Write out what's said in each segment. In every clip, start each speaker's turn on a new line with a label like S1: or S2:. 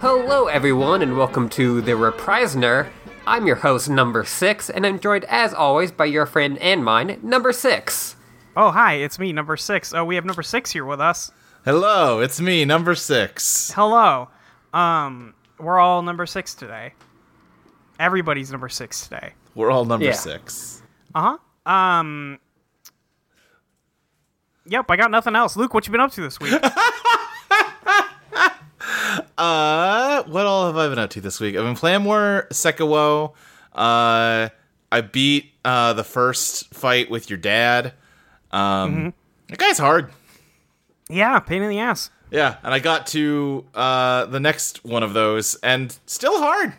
S1: Hello, everyone, and welcome to The Reprisner. I'm your host, Number Six, and I'm joined, as always, by your friend and mine, Number Six.
S2: Oh, hi, it's me, number six. Oh, we have number six here with us.
S3: Hello, it's me, number six.
S2: Hello. Um, we're all number six today. Everybody's number six today. Uh-huh.
S3: We're all number
S1: Yeah.
S3: six.
S2: Um, Yep, I got nothing else. Luke, what you been up to this week?
S3: Uh, what all have I been up to this week? I've been playing more Sekiro. Uh, I beat uh the first fight with your dad. Um, that guy's hard.
S2: yeah, pain in the ass.
S3: Yeah, and I got to uh the next one of those, and still hard,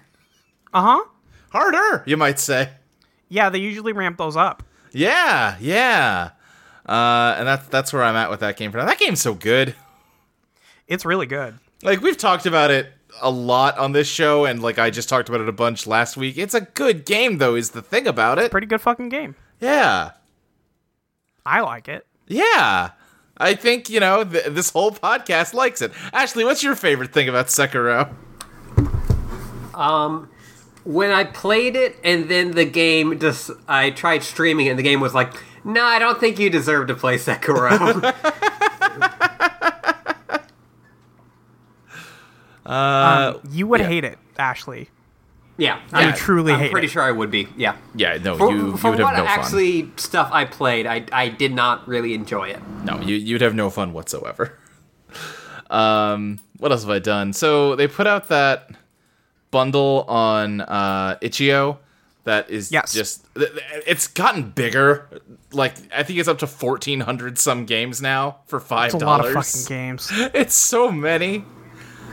S2: Uh huh.
S3: harder, you might say.
S2: Yeah, they usually ramp those up.
S3: Yeah, yeah. Uh, and that's that's where I'm at with that game for now. That game's so good.
S2: It's really good.
S3: Like we've talked about it a lot on this show, and like I just talked about it a bunch last week. It's a good game, though, is the thing about it.
S2: Pretty good fucking game.
S3: Yeah,
S2: I like it.
S3: yeah. I think you know th- this whole podcast likes it. Ashley, what's your favorite thing about Sekiro?
S1: When I played it, and then the game just, I tried streaming it, and the game was like, no, I don't think you deserve to play Sekiro.
S2: Um,
S1: Uh,
S2: You would hate it, Ashley.
S1: yeah.
S2: You truly
S1: I'm
S2: hate
S1: pretty
S2: it.
S1: sure I would be. Yeah.
S3: Yeah, no,
S1: For,
S3: you
S1: for
S3: you would have
S1: what
S3: no
S1: actually stuff I played, I, I did not really enjoy it.
S3: fun.
S2: Mm.
S3: No, you you'd have no fun whatsoever. um, what else have I done? So they put out that bundle on uh, itch.io that is
S2: Yes.
S3: just th- th- it's gotten bigger. Like I think it's up to fourteen hundred some games now for five
S2: It's a lot
S3: dollars.
S2: of fucking games.
S3: It's so many.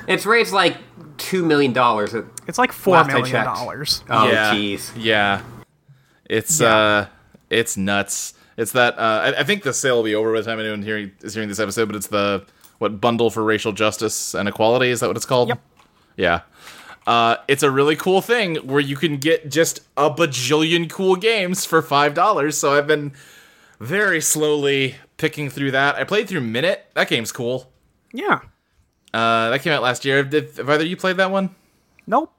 S1: It's raised like $2 million. at-
S2: It's like four
S1: Last I
S2: million
S1: checked.
S2: dollars.
S1: Oh,
S3: yeah.
S1: jeez.
S3: Yeah. It's uh it's nuts. It's that uh I, I think the sale will be over by the time anyone hearing is hearing this episode, but it's the what bundle for racial justice and equality, is that what it's called?
S2: Yep.
S3: Yeah. Uh, it's a really cool thing where you can get just a bajillion cool games for five dollars. So I've been very slowly picking through that. I played through Minute. That game's cool.
S2: Yeah.
S3: Uh, that came out last year. Did, have either you played that one?
S2: Nope.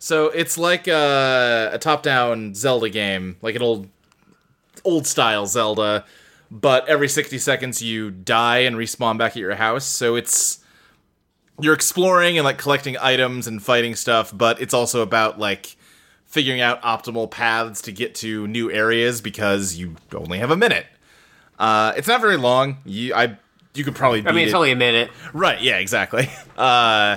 S3: So it's like a, a top-down Zelda game, like an old old style Zelda, but every 60 seconds you die and respawn back at your house. So it's you're exploring and like collecting items and fighting stuff, but it's also about like figuring out optimal paths to get to new areas because you only have a minute. Uh, it's not very long. You I you could probably beat
S1: I mean,
S3: it.
S1: it's only a minute.
S3: Right, yeah, exactly. Uh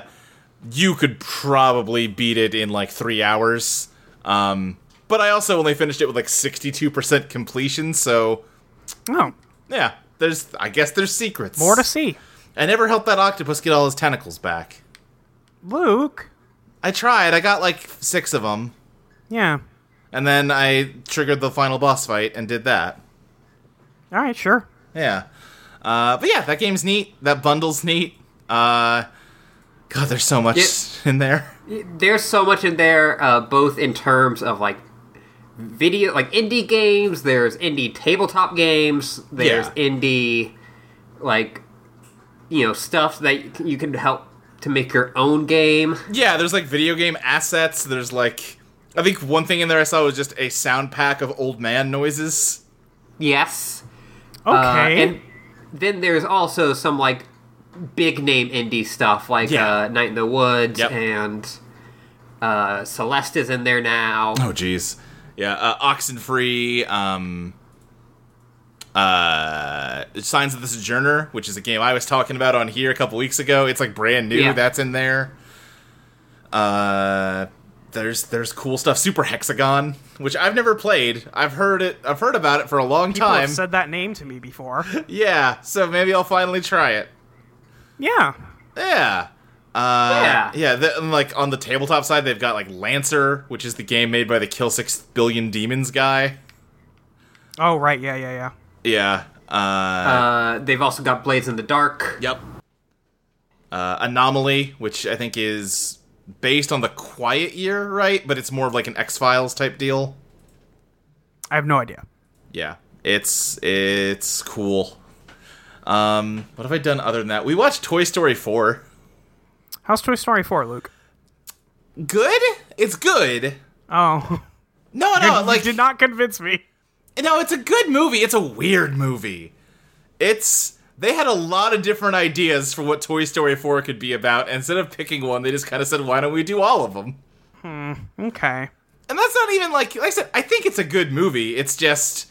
S3: you could probably beat it in like 3 hours. Um but I also only finished it with like 62% completion, so
S2: No.
S3: yeah, there's I guess there's secrets.
S2: More to see.
S3: I never helped that octopus get all his tentacles back.
S2: Luke.
S3: I tried. I got like 6 of them
S2: Yeah.
S3: and then I triggered the final boss fight and did that.
S2: All right. Sure.
S3: Yeah. Uh, but yeah, that game's neat. That bundle's neat. Uh, God, there's so much
S1: Yeah.
S3: in there.
S1: there's so much in there, uh, both in terms of like video, like indie games. There's indie tabletop games. There's
S3: Yeah.
S1: indie, like you know, stuff that you can help to make your own game.
S3: Yeah, there's like video game assets. There's like, I think one thing in there I saw was just a sound pack of old man noises.
S1: Yes.
S2: Okay.
S1: Uh, and then there's also some like big name indie stuff like
S3: Yeah.
S1: uh, Night in the Woods
S3: Yep.
S1: and uh, Celeste is in there now.
S3: Oh, jeez. Yeah, uh, Oxenfree, um, uh, Signs of the Sojourner, which is a game I was talking about on here a couple weeks ago. It's like brand new.
S1: Yeah.
S3: That's in there. Uh, there's there's cool stuff. Super Hexagon, which I've never played. I've heard it. I've heard about it for a long
S2: People
S3: time.
S2: have said that name to me before.
S3: yeah, so maybe I'll finally try it.
S2: yeah.
S3: Yeah. Uh,
S1: Yeah.
S3: yeah. th- and, like on the tabletop side, they've got like Lancer, which is the game made by the Kill Six Billion Demons guy.
S2: Oh right. Yeah. Yeah. Yeah.
S3: Yeah. Uh,
S1: Uh, they've also got Blades in the Dark.
S3: yep. Uh, Anomaly, which I think is based on the Quiet Year, right? But it's more of like an X Files type deal.
S2: I have no idea.
S3: Yeah. It's it's cool. Um, what have I done other than that? We watched Toy Story four.
S2: How's Toy Story 4, Luke?
S3: Good? It's good.
S2: Oh.
S3: No, no,
S2: you
S3: like
S2: did not convince me.
S3: No, it's a good movie. It's a weird movie. It's they had a lot of different ideas for what Toy Story 4 could be about. and Instead of picking one, they just kind of said, "Why don't we do all of them?"
S2: Okay.
S3: And that's not even like like I said. I think it's a good movie. It's just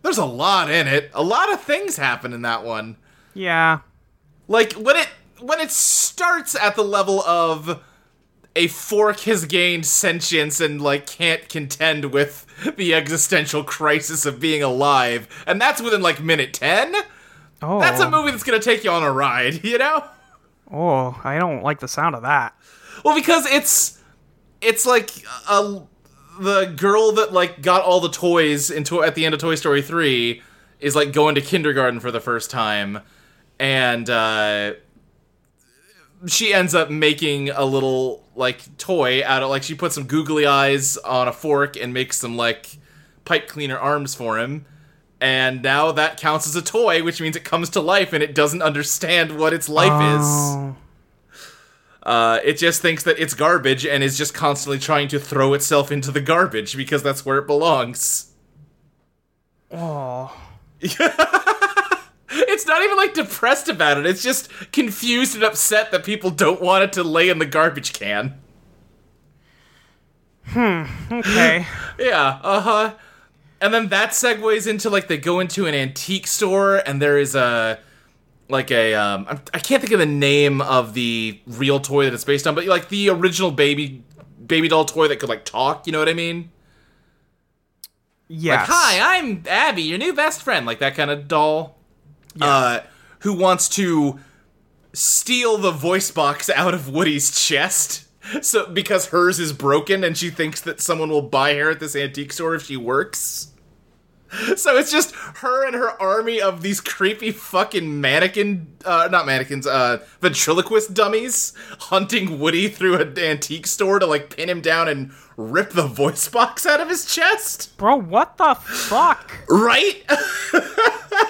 S3: there's a lot in it. A lot of things happen in that one.
S2: Yeah.
S3: Like when it when it starts at the level of a fork has gained sentience and like can't contend with the existential crisis of being alive, and that's within like minute ten.
S2: Oh.
S3: That's a movie that's gonna take you on a ride, you know?
S2: Oh, I don't like the sound of that.
S3: Well, because it's it's like uh the girl that like got all the toys into at the end of Toy Story three is like going to kindergarten for the first time, and uh, she ends up making a little like toy out of like she puts some googly eyes on a fork and makes some like pipe cleaner arms for him. And now that counts as a toy, which means it comes to life and it doesn't understand what its life is.
S2: Oh.
S3: Uh, it just thinks that it's garbage and is just constantly trying to throw itself into the garbage because that's where it belongs.
S2: Oh.
S3: It's not even like depressed about it, it's just confused and upset that people don't want it to lay in the garbage can.
S2: Okay.
S3: Yeah, uh huh. And then that segues into like they go into an antique store and there is a like a um I'm- I can't think of the name of the real toy that it's based on, but like the original baby baby doll toy that could like talk. You know what I mean?
S2: Yes.
S3: Hi, I'm Abby, your new best friend, like that kind of doll. Uh, who wants to steal the voice box out of Woody's chest? So because hers is broken and she thinks that someone will buy her at this antique store if she works. So it's just her and her army of these creepy fucking mannequin uh not mannequins, uh ventriloquist dummies hunting Woody through an antique store to like pin him down and rip the voice box out of his chest.
S2: Bro, what the fuck?
S3: Right? it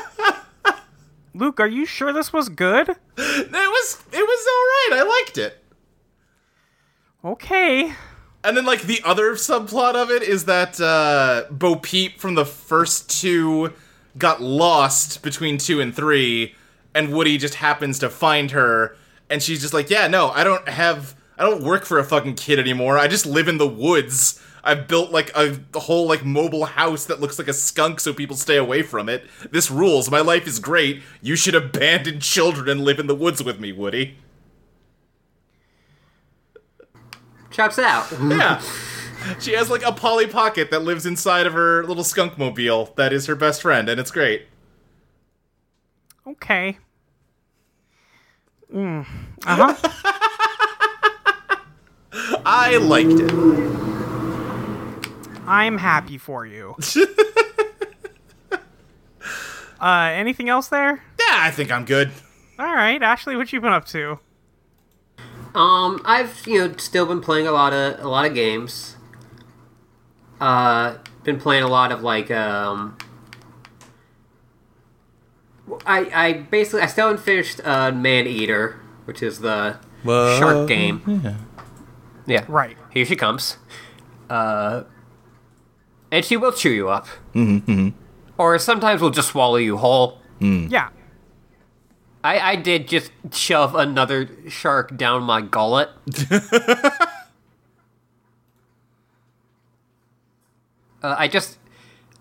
S2: Luke, are you sure this was good?
S3: was it was alright. I liked it.
S2: Okay.
S3: And then like the other subplot of it is that uh Bo Peep from the first two got lost between two and three, and Woody just happens to find her, and she's just like, Yeah, no, I don't have I don't work for a fucking kid anymore. I just live in the woods. I've built like a a whole like mobile house that looks like a skunk so people stay away from it. This rules. My life is great. You should abandon children and live in the woods with me, Woody.
S1: Chops out.
S3: Yeah. She has like a Polly Pocket that lives inside of her little skunk mobile that is her best friend, and it's great.
S2: Okay. Mm. Uh huh.
S3: I liked it.
S2: I'm happy for you. uh, anything else there?
S3: Yeah, I think I'm good.
S2: All right, Ashley, what you been up to?
S1: Um, I've you know still been playing a lot of a lot of games. Uh, been playing a lot of like um. I I basically I still haven't finished uh, Man Eater, which is the shark game. Yeah.
S2: Right.
S1: Here she comes. Uh, and she will chew you up. Mm-hmm. Or sometimes will just swallow you whole.
S2: Yeah.
S1: I, I did just shove another shark down my gullet. uh, I just.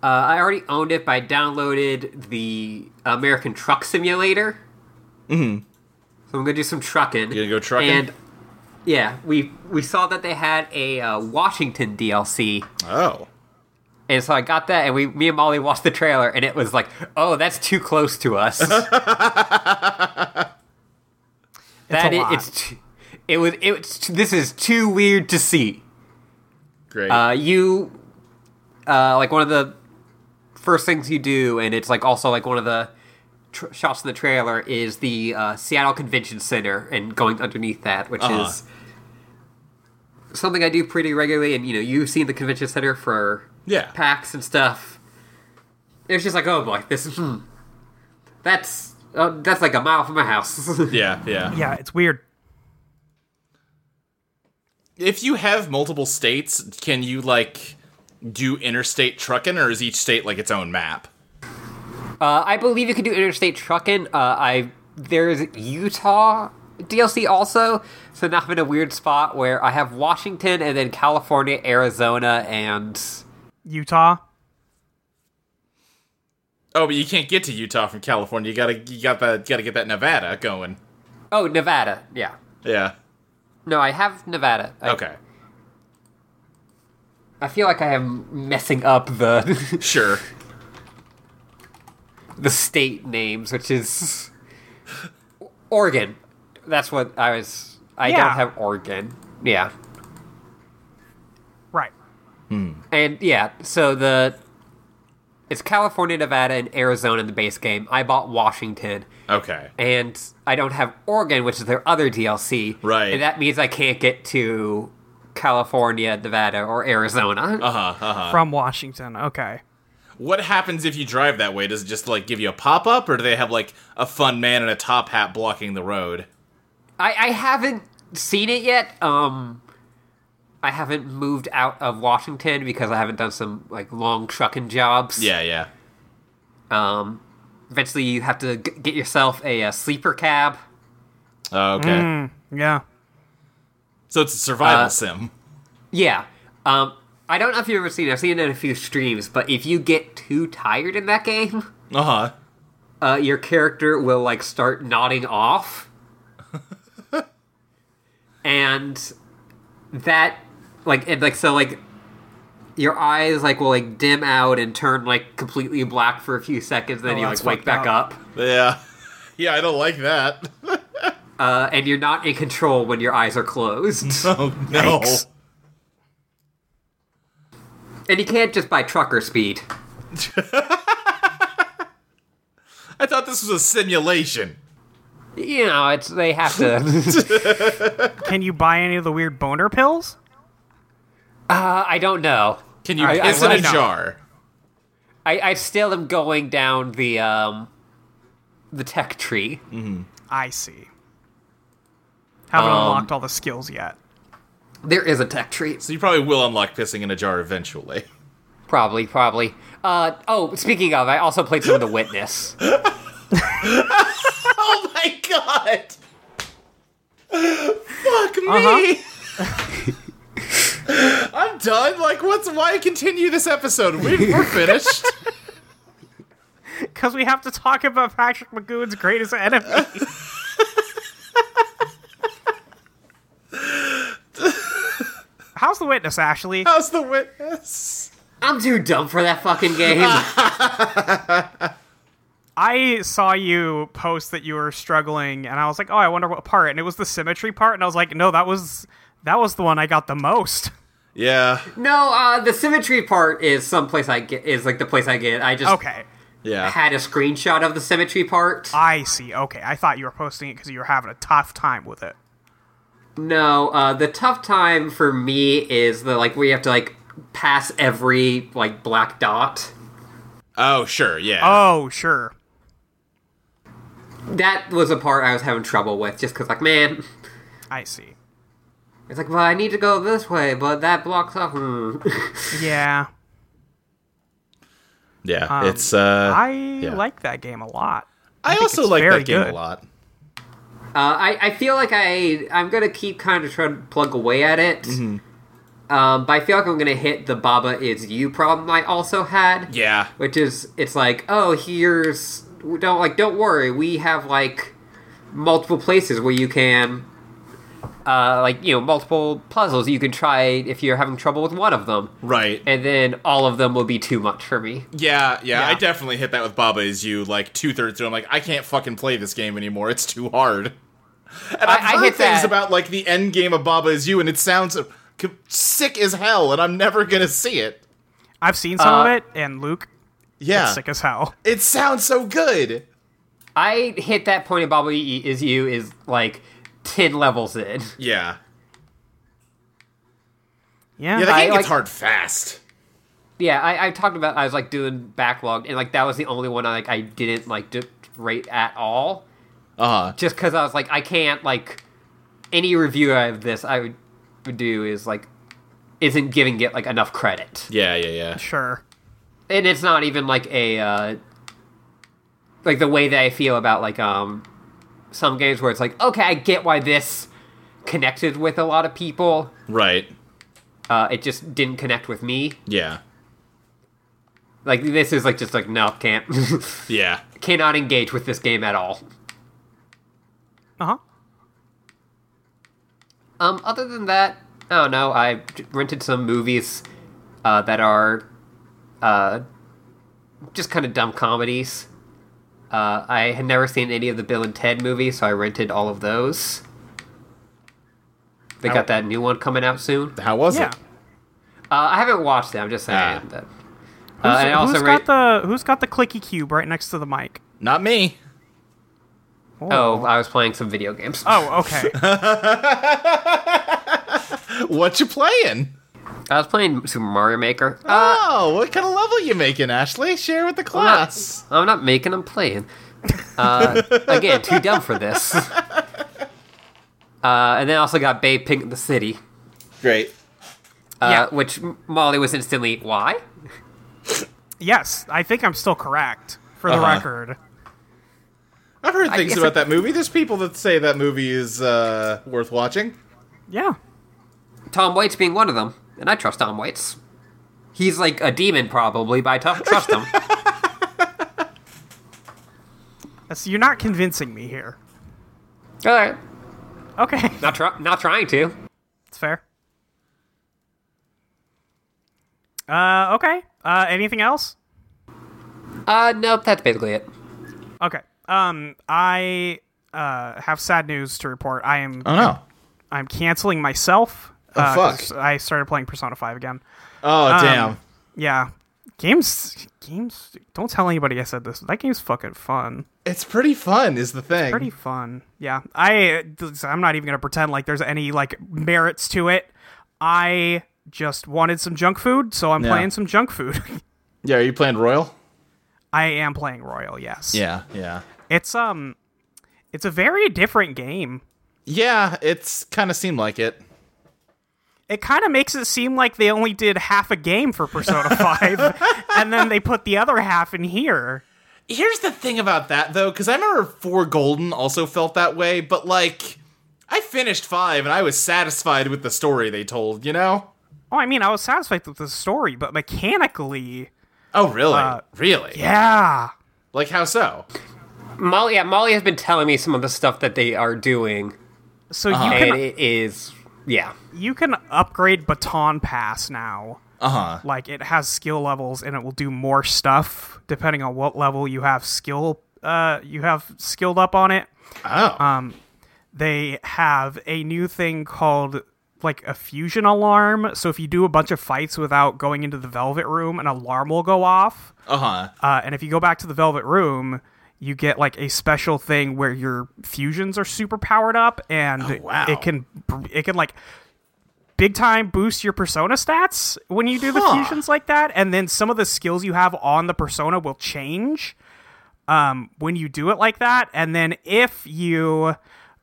S1: Uh, I already owned it, but I downloaded the American Truck Simulator. Mm hmm. So I'm going to do some trucking.
S3: Mm-hmm. You gonna go trucking?
S1: And. Yeah, we we saw that they had a uh, Washington DLC,
S3: Oh.
S1: and so I got that, and we me and Molly watched the trailer, and it was like, oh, that's too close to us.
S2: It's
S1: That
S2: a
S1: i-
S2: lot.
S1: it's t- it was it was t- this is too weird to see.
S3: Great.
S1: Uh, you uh, like one of the first things you do, and it's like also like one of the tr- shots in the trailer is the uh, Seattle Convention Center and going underneath that, which
S3: Uh-huh.
S1: is something I do pretty regularly. And you know, you've seen the convention center for
S3: yeah.
S1: packs and stuff. It's just like, oh boy, this is hmm, that's uh, that's like a mile from my house.
S3: yeah, yeah.
S2: yeah, it's weird.
S3: if you have multiple states, can you like do interstate trucking, or is each state like its own map?
S1: Uh, I believe you can do interstate trucking. Uh, I there's Utah DLC also, so now I'm in a weird spot where I have Washington and then California, Arizona, and
S2: Utah.
S3: Oh, but you can't get to Utah from California. You gotta you got that gotta get that Nevada going.
S1: oh Nevada. Yeah,
S3: Yeah.
S1: no, I have Nevada. I,
S3: Okay.
S1: I feel like I am messing up the
S3: Sure.
S1: the state names, which is Oregon. That's what I was. I
S2: Yeah.
S1: don't have Oregon. Yeah,
S2: Right.
S1: and yeah. So the it's California, Nevada, and Arizona in the base game. I bought Washington,
S3: Okay.
S1: and I don't have Oregon, which is their other DLC.
S3: Right.
S1: and that means I can't get to California, Nevada, or Arizona.
S2: From Washington. Okay.
S3: What happens if you drive that way? Does it just like give you a pop up, or do they have like a fun man in a top hat blocking the road?
S1: I, I haven't seen it yet. Um, I haven't moved out of Washington because I haven't done some like long trucking jobs.
S3: Yeah, yeah.
S1: Um, eventually you have to g- get yourself a, uh sleeper cab.
S3: Oh, okay.
S1: Hmm.
S2: Yeah.
S3: So it's a survival
S1: Uh,
S3: sim.
S1: Yeah. Um, I don't know if you've ever seen. it. I've seen it in a few streams, but if you get too tired in that game,
S3: Uh huh.
S1: uh, your character will like start nodding off, and that like and like so like your eyes like will like dim out and turn like completely black for a few seconds, then
S2: Oh,
S1: you like
S2: that's
S1: wake
S2: fucked
S1: back
S2: up.
S1: up.
S3: Yeah. Yeah, I don't like that.
S1: uh, and you're not in control when your eyes are closed.
S3: Oh no.
S2: Yikes.
S1: and you can't just buy trucker speed.
S3: I thought this was a simulation.
S1: You know, it's they have to.
S2: Can you buy any of the weird boner pills?
S1: uh, I don't know.
S3: Can you
S1: I- I
S3: piss
S1: like
S3: in a
S1: that.
S3: jar?
S1: I, I still am going down the um, the tech tree.
S2: I see. Haven't unlocked all the skills yet.
S1: There is a tech tree.
S3: So you probably will unlock pissing in a jar eventually.
S1: Probably, probably. Uh, oh, speaking of, I also played some of The Witness.
S3: Oh my god! Fuck me!
S2: Uh-huh.
S3: I'm done. Like, what's why continue this episode? We, we're finished.
S2: Because we have to talk about Patrick McGoon's greatest enemy. How's the witness, Ashley?
S3: How's the witness?
S1: I'm too dumb for that fucking game.
S2: I saw you post that you were struggling, and I was like, "Oh, I wonder what part." And it was the symmetry part, and I was like, "No, that was that was the one I got the most."
S3: Yeah,
S1: no, uh, the symmetry part is someplace I get is like the place I get. I just
S2: Okay, Uh,
S3: yeah.
S1: had a screenshot of the symmetry part.
S2: I see. Okay, I thought you were posting it because you were having a tough time with it.
S1: No, uh, the tough time for me is the like where you have to like pass every like black dot.
S3: Oh, sure, yeah.
S2: Oh, sure.
S1: That was a part I was having trouble with, just because like man,
S2: I see.
S1: it's like well I need to go this way, but that blocks off. Hmm.
S2: Yeah,
S3: yeah, it's. uh
S2: um, I
S3: yeah.
S2: like that game a lot.
S3: I, also
S2: it's
S3: like
S2: very
S3: that game a
S2: good.
S3: lot.
S1: uh, I I feel like I I'm gonna keep kind of trying to plug away at it. Um, but I feel like I'm gonna hit the Baba is you problem I also had.
S3: Yeah,
S1: which is it's like oh here's don't like don't worry we have like multiple places where you can uh like you know multiple puzzles you can try if you're having trouble with one of them
S3: right.
S1: and then all of them will be too much for me
S3: Yeah, yeah,
S2: Yeah.
S3: I definitely hit that with Baba Is You like two thirds through. I'm like, I can't fucking play this game anymore. It's too hard. And I've
S1: I
S3: heard
S1: hit
S3: things
S1: that.
S3: about like the end game of Baba Is You, and it sounds c- sick as hell, and I'm never gonna see it.
S2: I've seen some
S1: Uh,
S2: of it, and Luke,
S3: Yeah,
S2: sick as hell.
S3: it sounds so good.
S1: i hit that point of bobble is you is like 10 levels in
S3: Yeah,
S2: Yeah,
S3: yeah, that
S1: I
S3: game
S1: like-
S3: gets hard fast.
S1: yeah I, I talked about i was like doing backlogged and like that was the only one i like i didn't like d- rate at all
S3: Uh huh.
S1: just because I was like, I can't like any review of this. I would do is like isn't giving it like enough credit,
S3: Yeah, yeah, yeah.
S2: Sure.
S1: and it's not even like a uh, like the way that I feel about like um some games where it's like okay, I get why this connected with a lot of people.
S3: Right.
S1: Uh, it just didn't connect with me.
S3: Yeah.
S1: Like this is like just like no, can't
S3: Yeah.
S1: cannot engage with this game at all.
S2: Uh huh.
S1: Um, other than that, I don't know. I j- rented some movies uh, that are uh, just kind of dumb comedies. Uh, I had never seen any of the Bill and Ted movies, so I rented all of those. They got that new one coming out soon. Uh,
S3: How was
S2: Yeah.
S3: it?
S1: I haven't watched it. I'm just saying
S3: Ah.
S1: that. Uh,
S2: Who's,
S1: and I also
S2: who's
S1: rent-
S2: got the Who's got the clicky cube right next to the mic?
S3: Not me.
S1: oh, I was playing some video games.
S2: Oh, okay.
S3: What you playing?
S1: I was playing Super Mario Maker. Uh,
S3: Oh, what kind of level you making, Ashley? Share with the class.
S1: I'm not making them playing. Uh, again, too dumb for this. Uh, and then I also got Bay Pink the City,
S3: Great.
S1: uh,
S2: Yeah.
S1: which M- Molly was instantly, why?
S2: yes, I think I'm still correct for the
S3: Uh-huh.
S2: record.
S3: I've heard
S1: I
S3: things
S1: guess
S3: about
S1: I-
S3: that movie. There's people that say that movie is uh, worth watching.
S2: Yeah.
S1: Tom Waits being one of them. And I trust Tom Waits. He's like a demon, probably, but I t- trust him.
S2: That's, you're not convincing me here.
S1: All right.
S2: Okay.
S1: Not, try- not trying to.
S2: It's fair. Uh, okay. Uh, anything else?
S1: Uh, nope, that's basically it.
S2: Okay. Um, I uh have sad news to report. I am
S3: Oh, no.
S2: I'm canceling myself. Oh uh,
S3: fuck.
S2: 'cause I started playing Persona Five again. Um,
S3: Oh damn.
S2: Yeah, games, games. Don't tell anybody I said this. That game's fucking fun.
S3: It's pretty fun, is the thing.
S2: Pretty fun. Yeah, I. I'm not even gonna pretend like there's any like merits to it. I just wanted some junk food, so I'm
S3: Yeah.
S2: playing some junk food.
S3: yeah, are you playing Royal?
S2: I am playing Royal. Yes.
S3: Yeah, yeah.
S2: It's um, it's a very different game.
S3: Yeah, it's kind of seemed like it.
S2: it kind of makes it seem like they only did half a game for Persona 5 and then they put the other half in here.
S3: Here's the thing about that though, because I remember Four Golden also felt that way, but like, I finished five and I was satisfied with the story they told. You know?
S2: Oh, I mean, I was satisfied with the story, but mechanically,
S3: Oh, really? really?
S2: Uh, yeah.
S3: Like how so?
S1: Molly, yeah, Molly has been telling me some of the stuff that they are doing,
S2: So you
S3: Uh-huh.
S1: and
S2: can
S1: it is, yeah.
S2: you can upgrade baton pass now.
S3: Uh huh.
S2: Like it has skill levels and it will do more stuff depending on what level you have skill uh you have skilled up on it.
S3: Oh.
S2: Um, they have a new thing called like a fusion alarm. So if you do a bunch of fights without going into the Velvet Room, an alarm will go off.
S3: uh huh.
S2: Uh, and if you go back to the Velvet Room, you get like a special thing where your fusions are super powered up, and
S3: Oh, wow.
S2: it can it can like big time boost your persona stats when you do the
S3: Huh.
S2: fusions like that. And then some of the skills you have on the persona will change um, when you do it like that. And then if you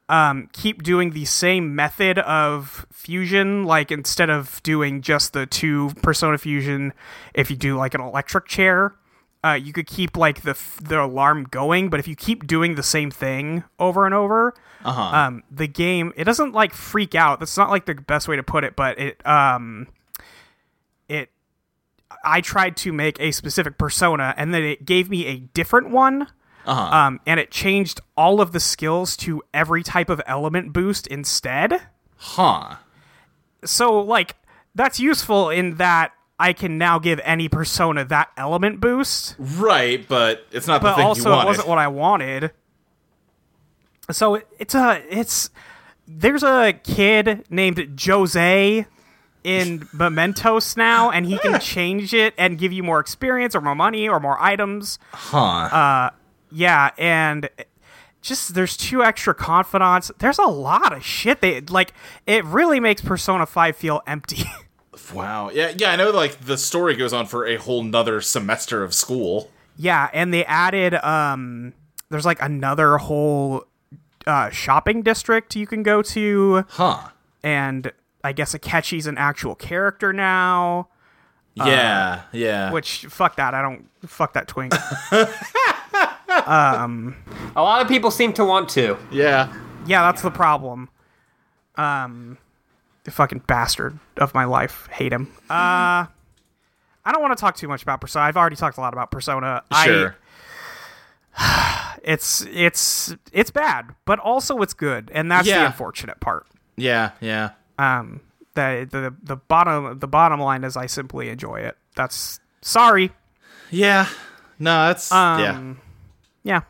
S2: um, keep doing the same method of fusion, like instead of doing just the two persona fusion, if you do like an electric chair, uh, you could keep like the f- the alarm going. But if you keep doing the same thing over and over, uh-huh. um, the game it doesn't like freak out. That's not like the best way to put it, but it um, it I tried to make a specific persona, and then it gave me a different one. Um, and it changed all of the skills to every type of element boost instead.
S3: Huh.
S2: So, like, that's useful in that I can now give any persona that element boost,
S3: Right, but it's not the
S2: but
S3: thing you
S2: also it
S3: wanted.
S2: wasn't what I wanted. So it, it's a it's there's a kid named Jose in Mementos now, and he can change it and give you more experience or more money or more items. Uh,
S3: huh.
S2: Yeah, and just there's two extra confidants. There's a lot of shit. They like it really makes Persona Five feel empty.
S3: wow. Yeah, yeah, I know like the story goes on for a whole nother semester of school.
S2: yeah, and they added um, there's like another whole uh, shopping district you can go to,
S3: Huh.
S2: and I guess Akechi's an actual character now. Uh,
S3: Yeah, yeah.
S2: Which fuck that. I don't fuck that twink.
S1: A lot of people seem to want to.
S3: yeah.
S2: yeah, that's the problem. Um, the fucking bastard of my life. Hate him. Uh, I don't want to talk too much about Persona. I've already talked a lot about Persona.
S3: Sure.
S2: I, it's it's it's bad, but also it's good, and that's the
S3: Yeah.
S2: unfortunate part.
S3: yeah, yeah.
S2: Um, the, the the bottom the bottom line is I simply enjoy it. That's sorry.
S3: Yeah. No, that's
S2: Um,
S3: yeah.
S2: Yeah.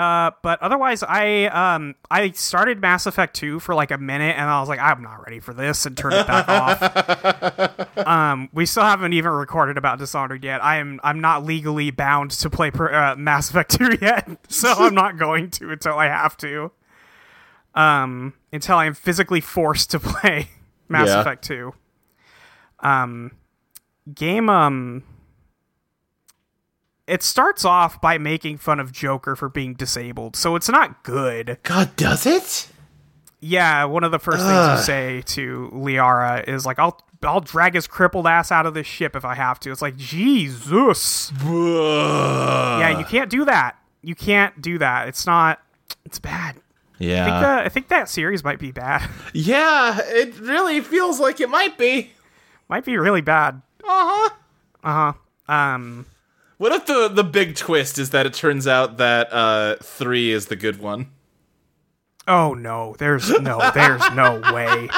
S2: Uh, but otherwise, I um I started Mass Effect two for like a minute, and I was like, I'm not ready for this, and turned it back off. Um, we still haven't even recorded about Dishonored yet. I am I'm not legally bound to play per, uh, Mass Effect two yet, so I'm not going to until I have to. Um, until I'm physically forced to play Mass
S3: Yeah.
S2: Effect two. Um, game um it starts off by making fun of Joker for being disabled, so it's not good.
S3: God, does it?
S2: Yeah, one of the first things you say to Liara is like, "I'll I'll drag his crippled ass out of this ship if I have to." It's like Jesus. Yeah, you can't do that. You can't do that. It's not. It's bad. I think,
S3: Yeah.
S2: uh, I think that series might be bad.
S3: yeah, it really feels like it might be.
S2: might be really bad.
S3: Uh-huh.
S2: Um.
S3: What if the the big twist is that it turns out that uh 3 is the good one?
S2: Oh no, there's no, there's no way.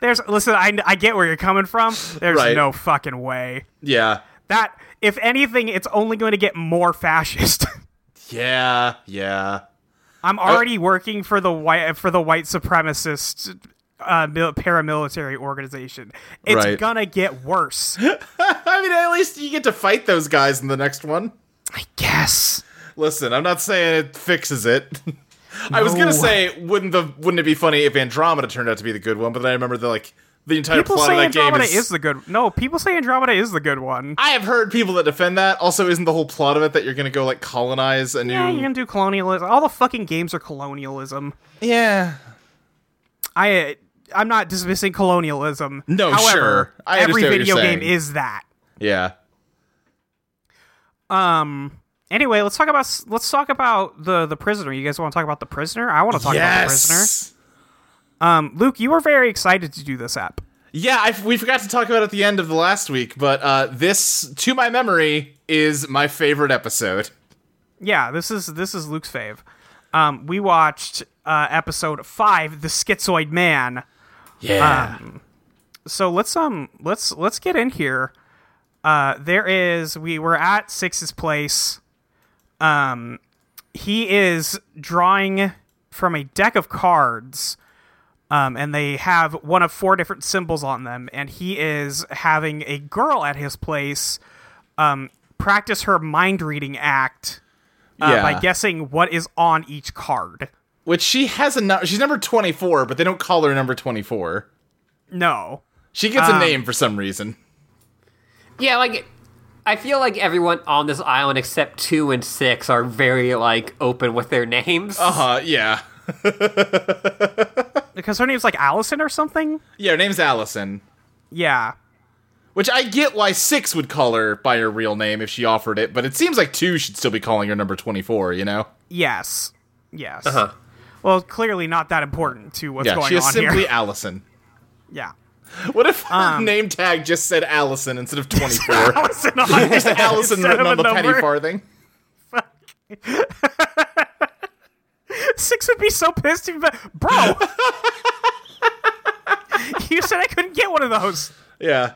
S2: There's listen, I, I get where you're coming from. There's
S3: Right.
S2: no fucking way.
S3: Yeah.
S2: That if anything, it's only going to get more fascist.
S3: Yeah, yeah. Oh.
S2: I'm already working for the white for the white supremacist uh, mil- paramilitary organization. It's
S3: Right.
S2: gonna get worse.
S3: I mean, at least you get to fight those guys in the next one.
S2: I guess.
S3: Listen, I'm not saying it fixes it. I was gonna
S2: No.
S3: say, wouldn't the wouldn't it be funny if Andromeda turned out to be the good one? But then I remember that like the entire
S2: People
S3: plot
S2: say
S3: of that
S2: Andromeda
S3: game
S2: is... the good. No, people say Andromeda is the good one.
S3: I have heard people that defend that. Also, isn't the whole plot of it that you're gonna go like colonize a new?
S2: Yeah, you can do colonialism. All the fucking games are colonialism.
S3: Yeah.
S2: I I'm not dismissing colonialism.
S3: No,
S2: However,
S3: sure. I
S2: every
S3: understand what
S2: video
S3: you're
S2: game
S3: saying.
S2: is that.
S3: Yeah.
S2: Um. Anyway, let's talk about let's talk about the the prisoner. You guys want to talk about the prisoner? I want to talk about the prisoner.
S3: yes.
S2: Um, Luke, you were very excited to do this app.
S3: Yeah, I, we forgot to talk about it at the end of the last week, but uh, this, to my memory, is my favorite episode.
S2: Yeah, this is this is Luke's fave. Um, we watched uh, episode five, the Schizoid Man. Um,
S3: Yeah.
S2: So let's um let's let's get in here. Uh, there is we were at Six's place. Um, he is drawing from a deck of cards. Um, and they have one of four different symbols on them, and he is having a girl at his place um, practice her mind reading act uh,
S3: yeah.
S2: by guessing what is on each card.
S3: Which she has a nu- she's number 24, but they don't call her number 24.
S2: No.
S3: She gets
S2: Ah.
S3: a name for some reason.
S1: Yeah, like I feel like everyone on this island except two and six are very like open with their names.
S2: Uh-huh.
S3: Uh, yeah.
S2: Because her name's like Allison or something?
S3: Yeah, her name's Allison.
S2: Yeah.
S3: Which I get why six would call her by her real name if she offered it, but it seems like two should still be calling her number twenty-four. You know?
S2: Yes. Yes. Well, clearly not that important to what's
S3: Uh-huh. Yeah,
S2: going
S3: she is
S2: on
S3: simply
S2: here.
S3: Allison.
S2: Yeah.
S3: What if her name tag just said Allison instead of twenty-four?
S2: Allison on
S3: just Allison
S2: Instead
S3: written
S2: of
S3: on
S2: a
S3: the penny
S2: number.
S3: farthing.
S2: Six would be so pissed if you- Bro! you said I couldn't get one of those.
S3: Yeah.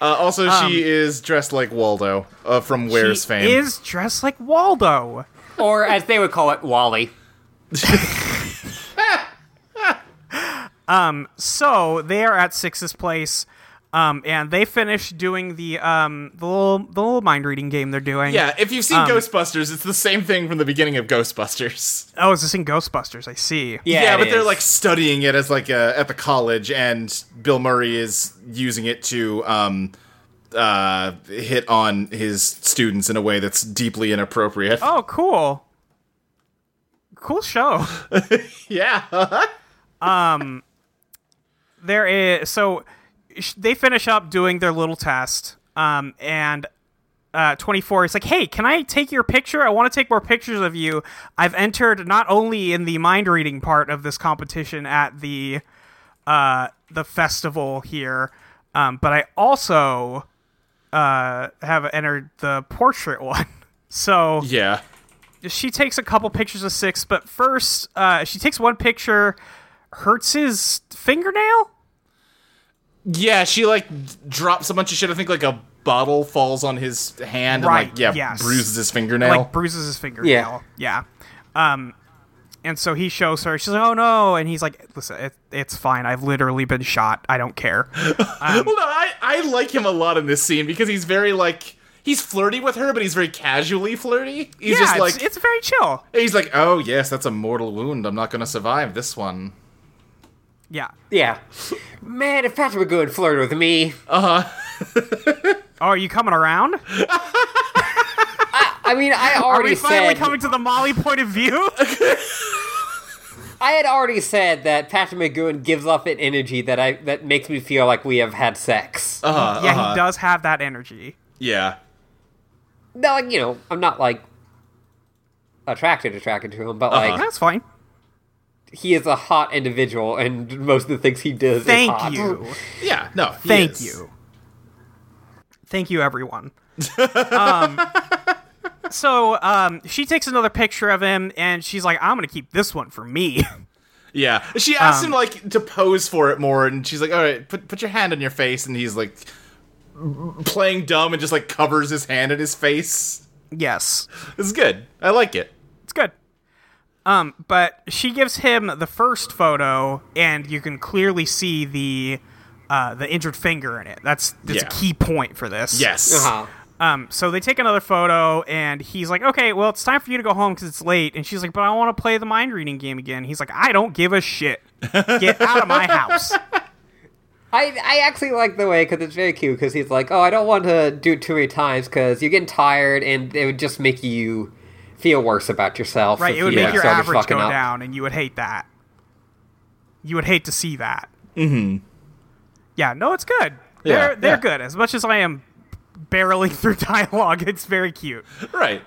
S3: Uh, also, she is dressed like Waldo uh, from Where's
S2: Um. She
S3: Fame.
S2: is dressed like Waldo.
S1: Or as they would call it, Wally.
S2: So they are at Six's place. Um, and they finish doing the um the little the little mind reading game they're doing.
S3: yeah, if you've seen Ghostbusters, it's the same thing from the beginning of Ghostbusters.
S2: Oh, is this in Ghostbusters? I see.
S1: Yeah, it
S3: but they're
S1: is.
S3: like studying it as like uh at the college, and Bill Murray is using it to um, uh, hit on his students in a way that's deeply inappropriate.
S2: Oh, cool. Cool show.
S3: Yeah,
S2: there is so sh- they finish up doing their little test, um, and uh, 24 is like, hey, can I take your picture? I want to take more pictures of you. I've entered not only in the mind reading part of this competition at the uh, the festival here, um, but I also uh, have entered the portrait one. So
S3: Yeah.
S2: she takes a couple pictures of six, but first uh, she takes one picture, hurts his fingernail.
S3: Yeah, she like d- drops a bunch of shit. I think like a bottle falls on his hand
S2: Right,
S3: and like yeah,
S2: yes.
S3: bruises his fingernail.
S2: like bruises his fingernail. Yeah. yeah. Um, and so he shows her. She's like, "Oh no!" And he's like, "Listen, it, it's fine. I've literally been shot. I don't care." um,
S3: well, no, I I like him a lot in this scene because he's very like he's flirty with her, but he's very casually flirty. He's
S2: yeah,
S3: just
S2: it's-
S3: like
S2: it's very chill.
S3: he's like, "Oh, yes, that's a mortal wound. I'm not going to survive this one."
S2: Yeah.
S1: Yeah. Man, if Patrick were good, flirt with me.
S2: Oh, are you coming around?
S1: I mean, I
S2: Are
S1: already
S2: we finally
S1: said
S2: coming to the Molly point of view?
S1: I had already said that Patrick McGoon gives off an energy that I that makes me feel like we have had sex.
S3: Uh-huh,
S2: yeah,
S3: uh-huh.
S2: he does have that energy.
S3: Yeah.
S1: No, like you know, I'm not like attracted attracted to him, but like
S3: Uh-huh.
S2: That's fine.
S1: he is a hot individual, and most of the things he does. is hot.
S2: Thank you.
S3: Yeah. No. he
S2: Thank
S3: is.
S2: you. Thank you, everyone. um, so um, she takes another picture of him, and she's like, "I'm gonna keep this one for me."
S3: Yeah. She asked
S2: Um,
S3: him like to pose for it more and she's like, "All right, put put your hand on your face." And he's like playing dumb and just like covers his hand in his face.
S2: yes.
S3: It's good. I like it.
S2: It's good. Um, but she gives him the first photo, and you can clearly see the uh, the injured finger in it. That's that's
S3: Yeah.
S2: a key point for this.
S3: Yes.
S1: Uh-huh.
S2: Um, so they take another photo, and he's like, "Okay, well, it's time for you to go home because it's late." And she's like, "But I want to play the mind reading game again." He's like, "I don't give a shit. Get out of my house."
S1: I I actually like the way because it's very cute because he's like, oh, I don't want to do it too many times because you're getting tired, and it would just make you feel worse about yourself.
S2: Right?
S1: if
S2: It would
S1: you
S2: make your
S1: started
S2: average
S1: fucking
S2: go
S1: up.
S2: down, and you would hate that. You would hate to see that. Mm-hmm. Yeah. No, it's good.
S3: Yeah,
S2: they're they're
S3: yeah.
S2: good. As much as I am barreling through dialogue, it's very cute.
S3: Right.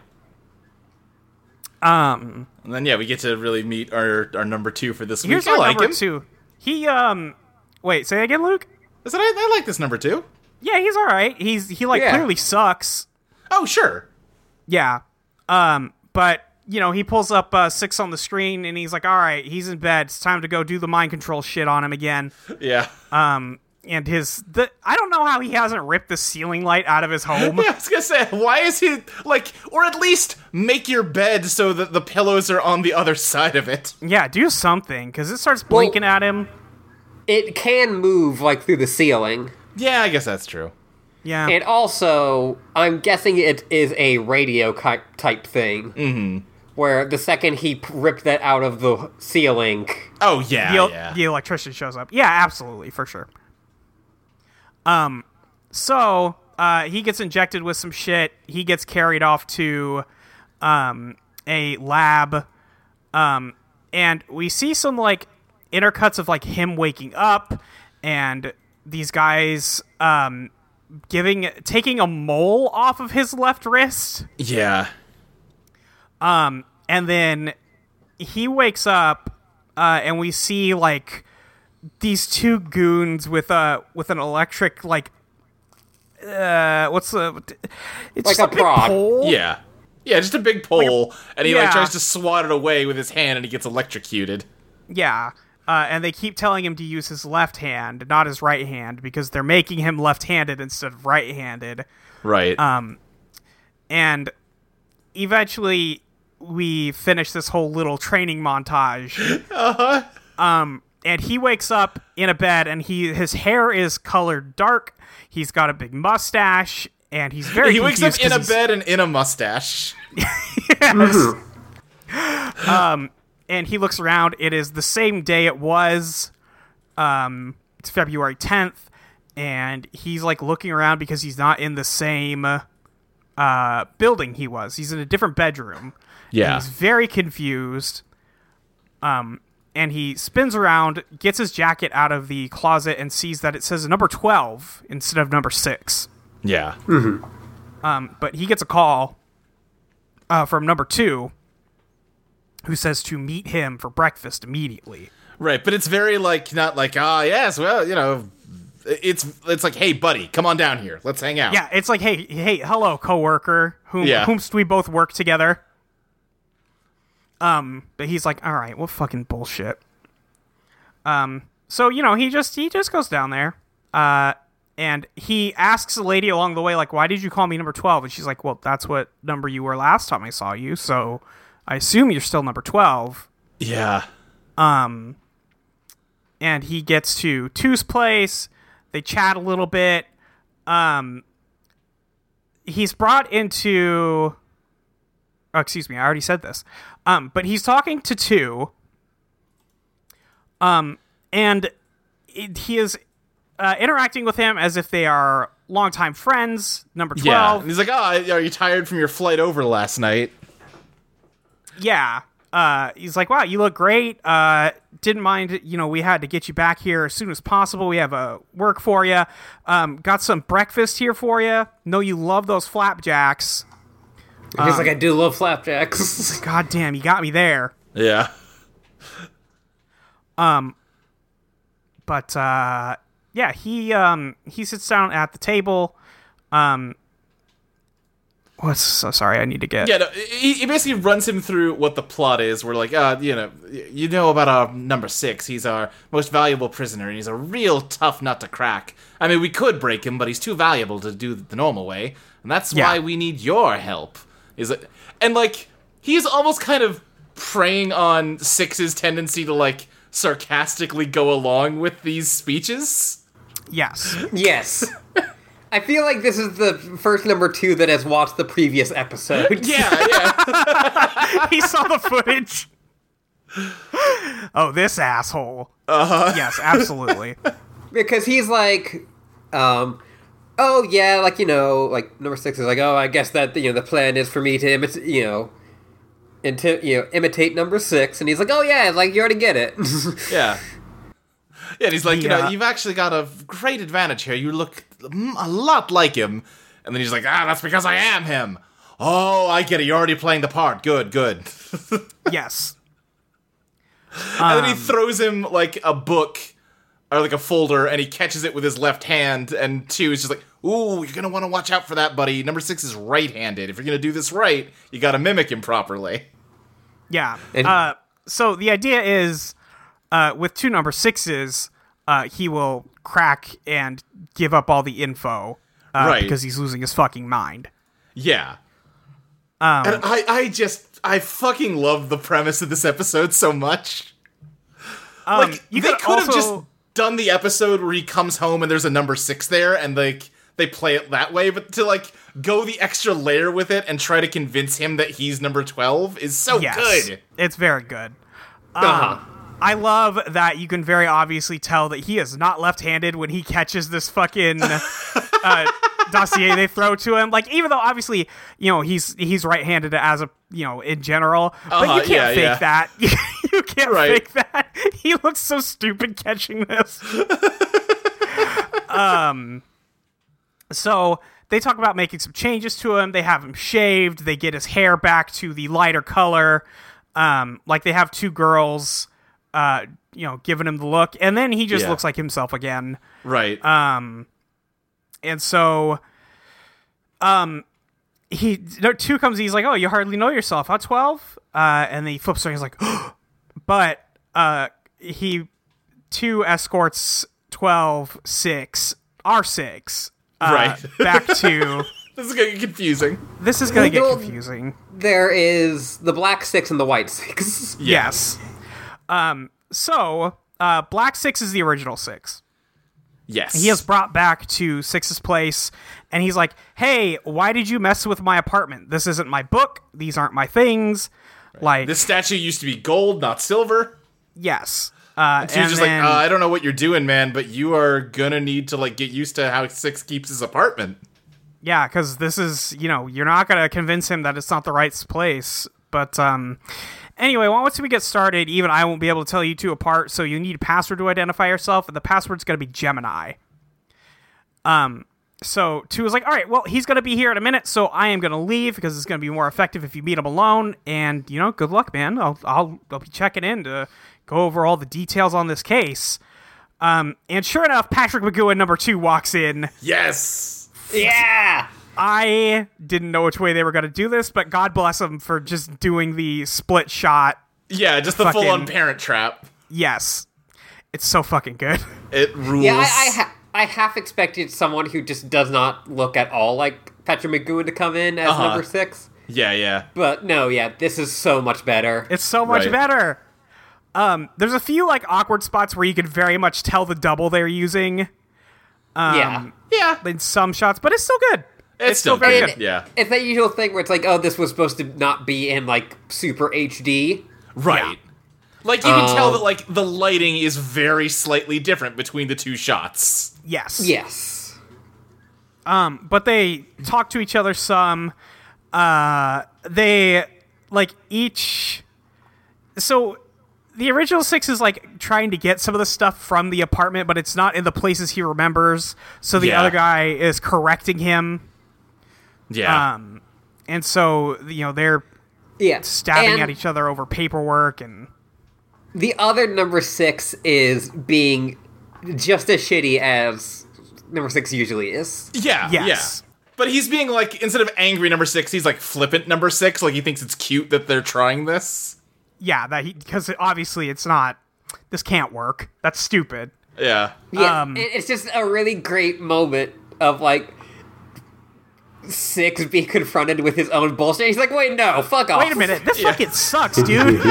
S2: Um,
S3: And then yeah, we get to really meet our our number two for this week.
S2: here's
S3: I
S2: our
S3: like
S2: number
S3: him.
S2: two. He um, wait, say that again, Luke.
S3: I said, I, I like this number two.
S2: Yeah, he's all right. He's he like
S1: Yeah.
S2: clearly sucks.
S3: Oh sure.
S2: Yeah. Um, but you know, he pulls up uh, six on the screen and he's like, "All right, he's in bed. It's time to go do the mind control shit on him again."
S3: Yeah.
S2: Um, and his the I don't know how he hasn't ripped the ceiling light out of his home.
S3: Yeah, I was gonna say, why is he like, or at least make your bed so that the pillows are on the other side of it?
S2: yeah, do something because it starts blinking at him.
S1: It can move like through the ceiling,
S3: Yeah, I guess that's true.
S2: Yeah,
S1: and also I'm guessing it is a radio ki- type thing where the second he p- ripped that out of the ceiling,
S3: Oh yeah,
S2: the, el-
S3: yeah.
S2: the electrician shows up. Yeah, absolutely, for sure. Um, so uh, he gets injected with some shit. He gets carried off to um, a lab, um, and we see some like intercuts of like him waking up and these guys um, giving taking a mole off of his left wrist.
S3: Yeah.
S2: Um, and then he wakes up, uh, and we see like these two goons with a with an electric like uh what's the it's
S1: Like
S2: just
S1: a
S2: big
S1: prod.
S2: pole.
S3: Yeah. Yeah, just a big pole, and he like
S2: yeah.
S3: tries to swat it away with his hand, and he gets electrocuted.
S2: Yeah. Uh, and they keep telling him to use his left hand, not his right hand, because they're making him left-handed instead of right-handed.
S3: Right.
S2: Um, And eventually, we finish this whole little training montage. Uh huh. Um,
S3: Uh-huh.
S2: and he wakes up in a bed, and he his hair is colored dark. He's got a big mustache, and he's very.
S3: he wakes up
S2: confused
S3: in
S2: 'cause
S3: a
S2: he's-
S3: bed and in a mustache.
S2: and he looks around. It is the same day it was. Um, it's February 10th, and he's like looking around because he's not in the same uh, building he was. He's in a different bedroom.
S3: Yeah.
S2: He's very confused. Um, and he spins around, gets his jacket out of the closet, and sees that it says number 12 instead of number 6.
S3: Yeah.
S2: But he gets a call uh, from number 2 who says to meet him for breakfast immediately.
S3: Right, but it's very like not like ah yes, well, you know, it's it's like hey buddy, come on down here. Let's hang out.
S2: Yeah, it's like, hey, hey, hello, coworker, whom
S3: Yeah.
S2: whomst we both work together. Um, but he's like, all right, what fucking bullshit. Um, so you know, he just he just goes down there, uh, and he asks the lady along the way, like, why did you call me number twelve? And she's like, well, that's what number you were last time I saw you, so I assume you're still number twelve.
S3: Yeah.
S2: and he gets to Two's place. They chat a little bit. Um, he's brought into. Oh, excuse me, I already said this. Um, but he's talking to Two. Um, and it, he is uh, interacting with him as if they are longtime friends. Number
S3: Yeah.
S2: twelve.
S3: And he's like, "Ah, are you tired from your flight over last night?"
S2: yeah uh he's like wow you look great uh didn't mind you know we had to get you back here as soon as possible we have uh, work for you um got some breakfast here for you know you love those flapjacks
S1: He's
S2: Um.
S1: like, I do love flapjacks.
S2: god damn you got me there
S3: Yeah.
S2: but uh yeah he um he sits down at the table um what's so sorry i need to get
S3: Yeah, no, he, he basically runs him through what the plot is. We're like, uh, you know, you know about our number six. He's our most valuable prisoner, and he's a real tough nut to crack. I mean, we could break him, but he's too valuable to do the normal way, and that's
S2: Yeah.
S3: why we need your help. Is it? And like, he's almost kind of preying on six's tendency to like sarcastically go along with these speeches.
S2: yes
S1: yes. I feel like this is the first number two that has watched the previous episode.
S3: Yeah, yeah.
S2: he saw the footage. Oh, this asshole. Uh-huh. Yes, absolutely.
S1: because he's like, um, oh yeah, like you know, like number six is like, oh, I guess that you know the plan is for me to imitate, you know, inti- you know, imitate number six, and he's like, oh yeah, like you already get it.
S3: Yeah. Yeah, and he's like, you know,
S2: Yeah.
S3: you've actually got a great advantage here. You look mm, a lot like him. And then he's like, ah, that's because I am him. Oh, I get it. You're already playing the part. Good, good.
S2: yes.
S3: and then he throws him like a book or like a folder and he catches it with his left hand. And two is just like, ooh, you're going to want to watch out for that, buddy. Number six is right handed. If you're going to do this right, you got to mimic him properly.
S2: Yeah.
S1: And-
S2: uh, so the idea is, uh, with two number sixes, uh, he will crack and give up all the info, uh,
S3: Right.
S2: Because he's losing his fucking mind.
S3: Yeah.
S2: Um,
S3: and I, I just, I fucking love the premise of this episode so much. like,
S2: Um, you
S3: they
S2: could
S3: could have just
S2: also-
S3: done the episode where he comes home and there's a number six there, and like they play it that way. But to like go the extra layer with it and try to convince him that he's number twelve is so
S2: Yes.
S3: Oh,
S2: Um,
S3: good.
S2: It's very good.
S1: Uh-huh.
S2: I love that you can very obviously tell that he is not left-handed when he catches this fucking uh, dossier they throw to him. Like even though obviously you know he's he's right-handed as a you know in general, but
S3: Uh-huh,
S2: you can't
S3: yeah,
S2: fake
S3: yeah.
S2: that. you can't
S3: Right.
S2: fake that. He looks so stupid catching this. um, so. They talk about making some changes to him. They have him shaved. They get his hair back to the lighter color. Um, like they have two girls uh, you know, giving him the look, and then he just
S3: Yeah.
S2: looks like himself again.
S3: Right.
S2: uh, And so, um, he no two comes. He's like, "Oh, you hardly know yourself, huh?" Twelve, uh, and then he flips around. He's like, "But uh, he two escorts twelve six r six uh,
S3: Right.
S2: back to."
S3: this is getting confusing.
S2: This is gonna get
S1: Well,
S2: confusing.
S1: there is the black six and the white six.
S2: Yes. Um. So, uh, Black Six is the original six.
S3: Yes.
S2: he is brought back to Six's place, and he's like, "Hey, why did you mess with my apartment? This isn't my book. These aren't my things." Like,
S3: This statue used to be gold, not silver.
S2: yes, uh, and,
S3: She was just
S2: then-
S3: like, uh, I don't know what you're doing, man, but you are gonna need to like get used to how Six keeps his apartment.
S2: yeah, because this is you know you're not gonna convince him that it's not the right place, but um, Anyway, well, once we get started, even I won't be able to tell you two apart, so you need a password to identify yourself, and the password's going to be Gemini. Um, so two is like, all right, well, he's going to be here in a minute, so I am going to leave because it's going to be more effective if you meet him alone. And you know, good luck, man. I'll I'll, I'll be checking in to go over all the details on this case. Um, and sure enough, Patrick McGowan number two walks in.
S3: Yes.
S1: Yeah.
S2: I didn't know which way they were going to do this, but God bless them for just doing the split shot.
S3: Yeah, just the
S2: Fucking-
S3: full on parent trap.
S2: Yes. It's so fucking good.
S3: It rules.
S1: Yeah, I, I, ha- I half expected someone who just does not look at all like Patrick McGowan to come in as
S3: Uh-huh.
S1: number six.
S3: yeah, yeah.
S1: But no, yeah, this is so much better.
S2: It's so much
S3: Right.
S2: better. Um, there's a few like awkward spots where you can very much tell the double they're using
S1: yeah.
S3: Yeah.
S2: in some shots, but it's still good.
S3: It's, still
S2: very
S3: good.
S1: good.
S3: Yeah.
S1: It's that usual thing where it's like, oh, this was supposed to not be in like super HD.
S3: Right. Like you can
S1: Um,
S3: tell that like the lighting is very slightly different between the two shots.
S2: Yes.
S1: Yes.
S2: but they talk to each other some. Uh, they like each. So the original six is like trying to get some of the stuff from the apartment, but it's not in the places he remembers. So the
S3: Yeah.
S2: other guy is correcting him,
S3: Yeah.
S2: and so you know they're
S1: Yeah.
S2: stabbing
S1: And
S2: at each other over paperwork and
S1: The other number six is being just as shitty as number six usually is.
S3: yeah.
S2: yes.
S3: Yeah. But he's being like instead of angry number 6, he's like flippant number 6, like he thinks it's cute that they're trying this.
S2: yeah, that he because obviously it's not. This can't work. That's stupid.
S3: Yeah.
S1: Yeah,
S2: Um,
S1: it- it's just a really great moment of like six being confronted with his own bullshit. He's like, "Wait, no, fuck off."
S2: Wait a minute, this
S3: Yeah.
S2: fucking sucks, dude.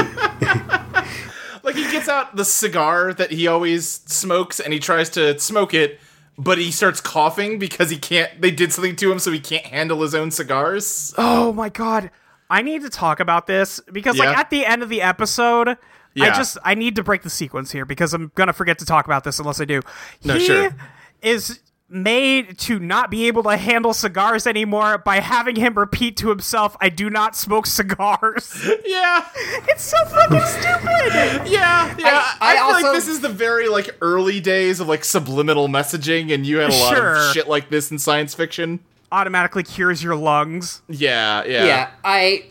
S3: Like he gets out the cigar that he always smokes and he tries to smoke it, but he starts coughing because he can't they did something to him so he can't handle his own cigars.
S2: Oh my god. I need to talk about this because like
S3: Yeah.
S2: at the end of the episode, I
S3: Yeah.
S2: just I need to break the sequence here because I'm gonna forget to talk about this unless I do.
S3: No,
S2: he
S3: sure.
S2: is made to not be able to handle cigars anymore by having him repeat to himself, I do not smoke cigars.
S3: Yeah.
S2: it's so fucking stupid.
S3: Yeah, yeah. I,
S1: I
S3: feel
S1: also-
S3: like this is the very like early days of like subliminal messaging, and you had a lot
S2: Sure.
S3: of shit like this in science fiction.
S2: Automatically cures your lungs.
S3: Yeah, yeah,
S1: Yeah, I.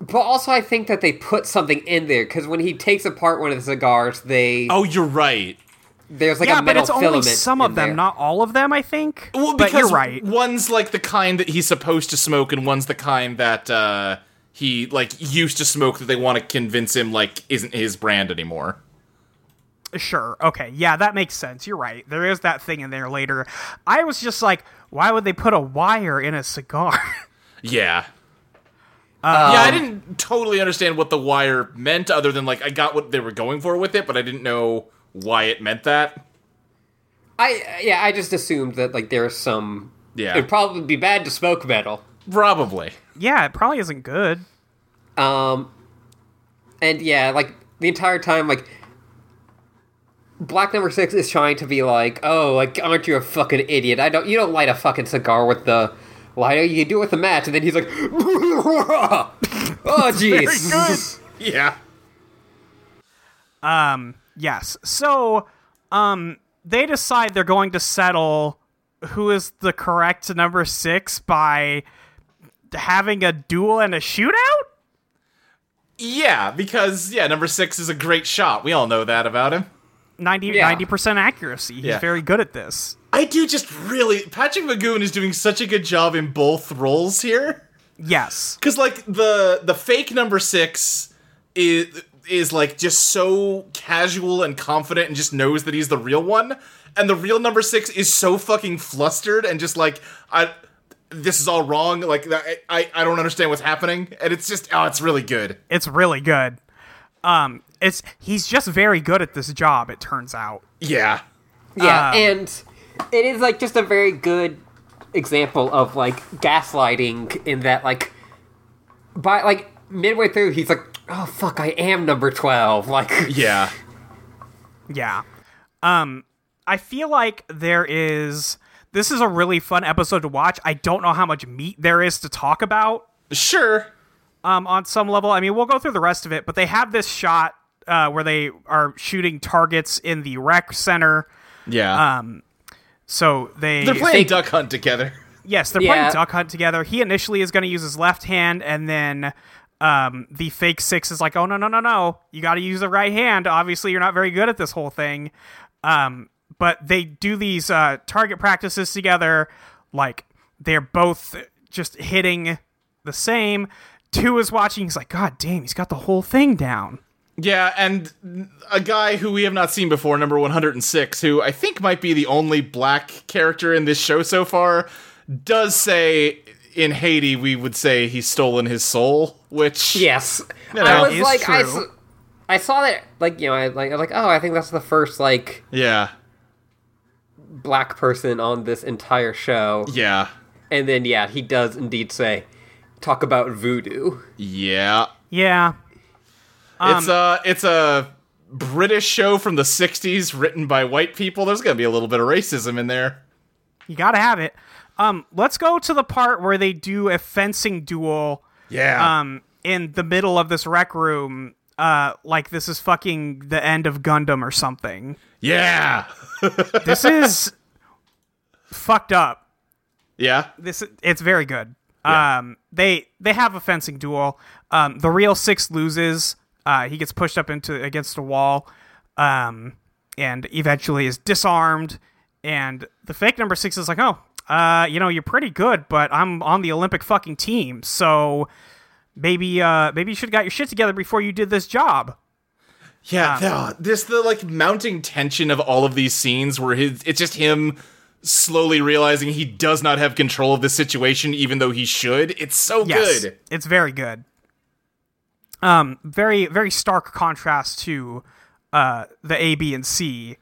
S1: But also, I think that they put something in there because when he takes apart one of the cigars, they
S3: Oh, you're right.
S1: there's like
S2: yeah,
S1: a
S2: but
S1: metal
S2: it's only
S1: filament
S2: some
S1: in
S2: of them,
S1: there.
S2: not all of them, I think.
S3: Well,
S2: but
S3: because
S2: you're right.
S3: One's like the kind that he's supposed to smoke, and one's the kind that uh, he like used to smoke that they want to convince him like isn't his brand anymore.
S2: Sure. Okay. Yeah, that makes sense. You're right. There is that thing in there later. I was just like, why would they put a wire in a cigar?
S3: Yeah. yeah, I didn't totally understand what the wire meant, other than like I got what they were going for with it, but I didn't know why it meant that.
S1: I yeah, I just assumed that like there's some.
S3: Yeah.
S1: it'd probably be bad to smoke metal.
S3: Probably.
S2: yeah, it probably isn't good.
S1: Um, and yeah, like the entire time, like Black Number Six is trying to be like, "Oh, like aren't you a fucking idiot? I don't. You don't light a fucking cigar with the lighter. You do it with the match." And then he's like, "Oh, jeez."
S3: Yeah.
S2: Yes. So, um, they decide they're going to settle who is the correct number six by having a duel and a shootout.
S3: Yeah, because yeah, number six is a great shot. We all know that about him.
S2: 90
S1: Yeah.
S2: percent accuracy. He's
S3: Yeah.
S2: very good at this.
S3: I do just really Patrick Magoon is doing such a good job in both roles here.
S2: Yes.
S3: Cause like the the fake number six is is like just so casual and confident and just knows that he's the real one. And the real number six is so fucking flustered and just like I this is all wrong. Like I I, I don't understand what's happening. And it's just oh, it's really good.
S2: It's really good. Um, it's he's just very good at this job. It turns out.
S3: Yeah.
S1: yeah,
S2: Uh.
S1: and it is like just a very good example of like gaslighting in that like by like midway through he's like, "Oh fuck, I am number 12." Like
S3: Yeah.
S2: Yeah. Um I feel like there is this is a really fun episode to watch. I don't know how much meat there is to talk about.
S3: Sure.
S2: um, on some level. I mean, we'll go through the rest of it, but they have this shot uh, where they are shooting targets in the rec center.
S3: Yeah.
S2: So they
S3: They're playing Duck Hunt together.
S2: Yes, they're
S1: Yeah.
S2: playing Duck Hunt together. He initially is going to use his left hand, and then um, the fake six is like, "Oh no, no, no, no! You got to use the right hand. Obviously, you're not very good at this whole thing." Um, but they do these uh, target practices together. Like they're both just hitting the same. Two is watching. He's like, "God damn, he's got the whole thing down."
S3: Yeah, and a guy who we have not seen before, number 106, who I think might be the only black character in this show so far, does say in Haiti, we would say he's stolen his soul, which.
S1: Yes,
S3: no.
S1: I was
S2: It's
S1: like, I,
S2: true.
S1: s- I saw that, like you know, I like, I was like, oh, I think that's the first like
S3: Yeah.
S1: black person on this entire show,
S3: Yeah.
S1: and then yeah, he does indeed say, talk about voodoo.
S3: Yeah.
S2: Yeah,
S3: it's a it's a British show from the '60s, written by white people. There's gonna be a little bit of racism in there.
S2: you got to have it. Um, let's go to the part where they do a fencing duel.
S3: Yeah,
S2: um, in the middle of this rec room, uh, like this is fucking the end of Gundam or something.
S3: yeah,
S2: This is fucked up.
S3: yeah.
S2: This it's very good.
S3: Yeah.
S2: Um, they they have a fencing duel. Um, the real six loses. Uh, he gets pushed up into against a wall, um, and eventually is disarmed. And the fake number six is like, oh, uh, you know, you're pretty good, but I'm on the Olympic fucking team, so maybe uh, maybe you should have got your shit together before you did this job.
S3: Yeah, th- this the like mounting tension of all of these scenes where his it's just him slowly realizing he does not have control of the situation, even though he should. It's so
S2: Yes,
S3: good.
S2: It's very good. Um, very very stark contrast to uh the A, B, and C,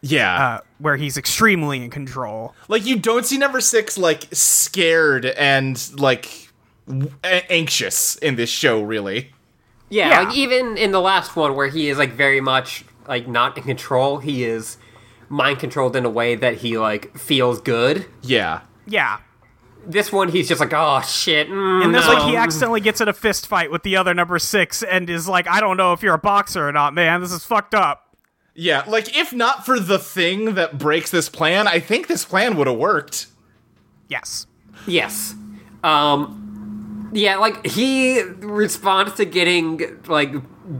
S3: Yeah,
S2: uh, where he's extremely in control.
S3: like you don't see number six like scared and like w- a- anxious in this show, really.
S1: Yeah,
S2: Yeah.
S1: like even in the last one where he is like very much like not in control, he is mind controlled in a way that he like feels good.
S3: Yeah,
S2: Yeah.
S1: This one he's just like, oh shit. mm,
S2: And there's
S1: no."
S2: like he accidentally gets in a fist fight with the other number six and is like, I don't know if you're a boxer or not, man. This is fucked up.
S3: Yeah, like if not for the thing that breaks this plan, I think this plan would have worked.
S2: Yes.
S1: Yes. Um yeah, like he responds to getting like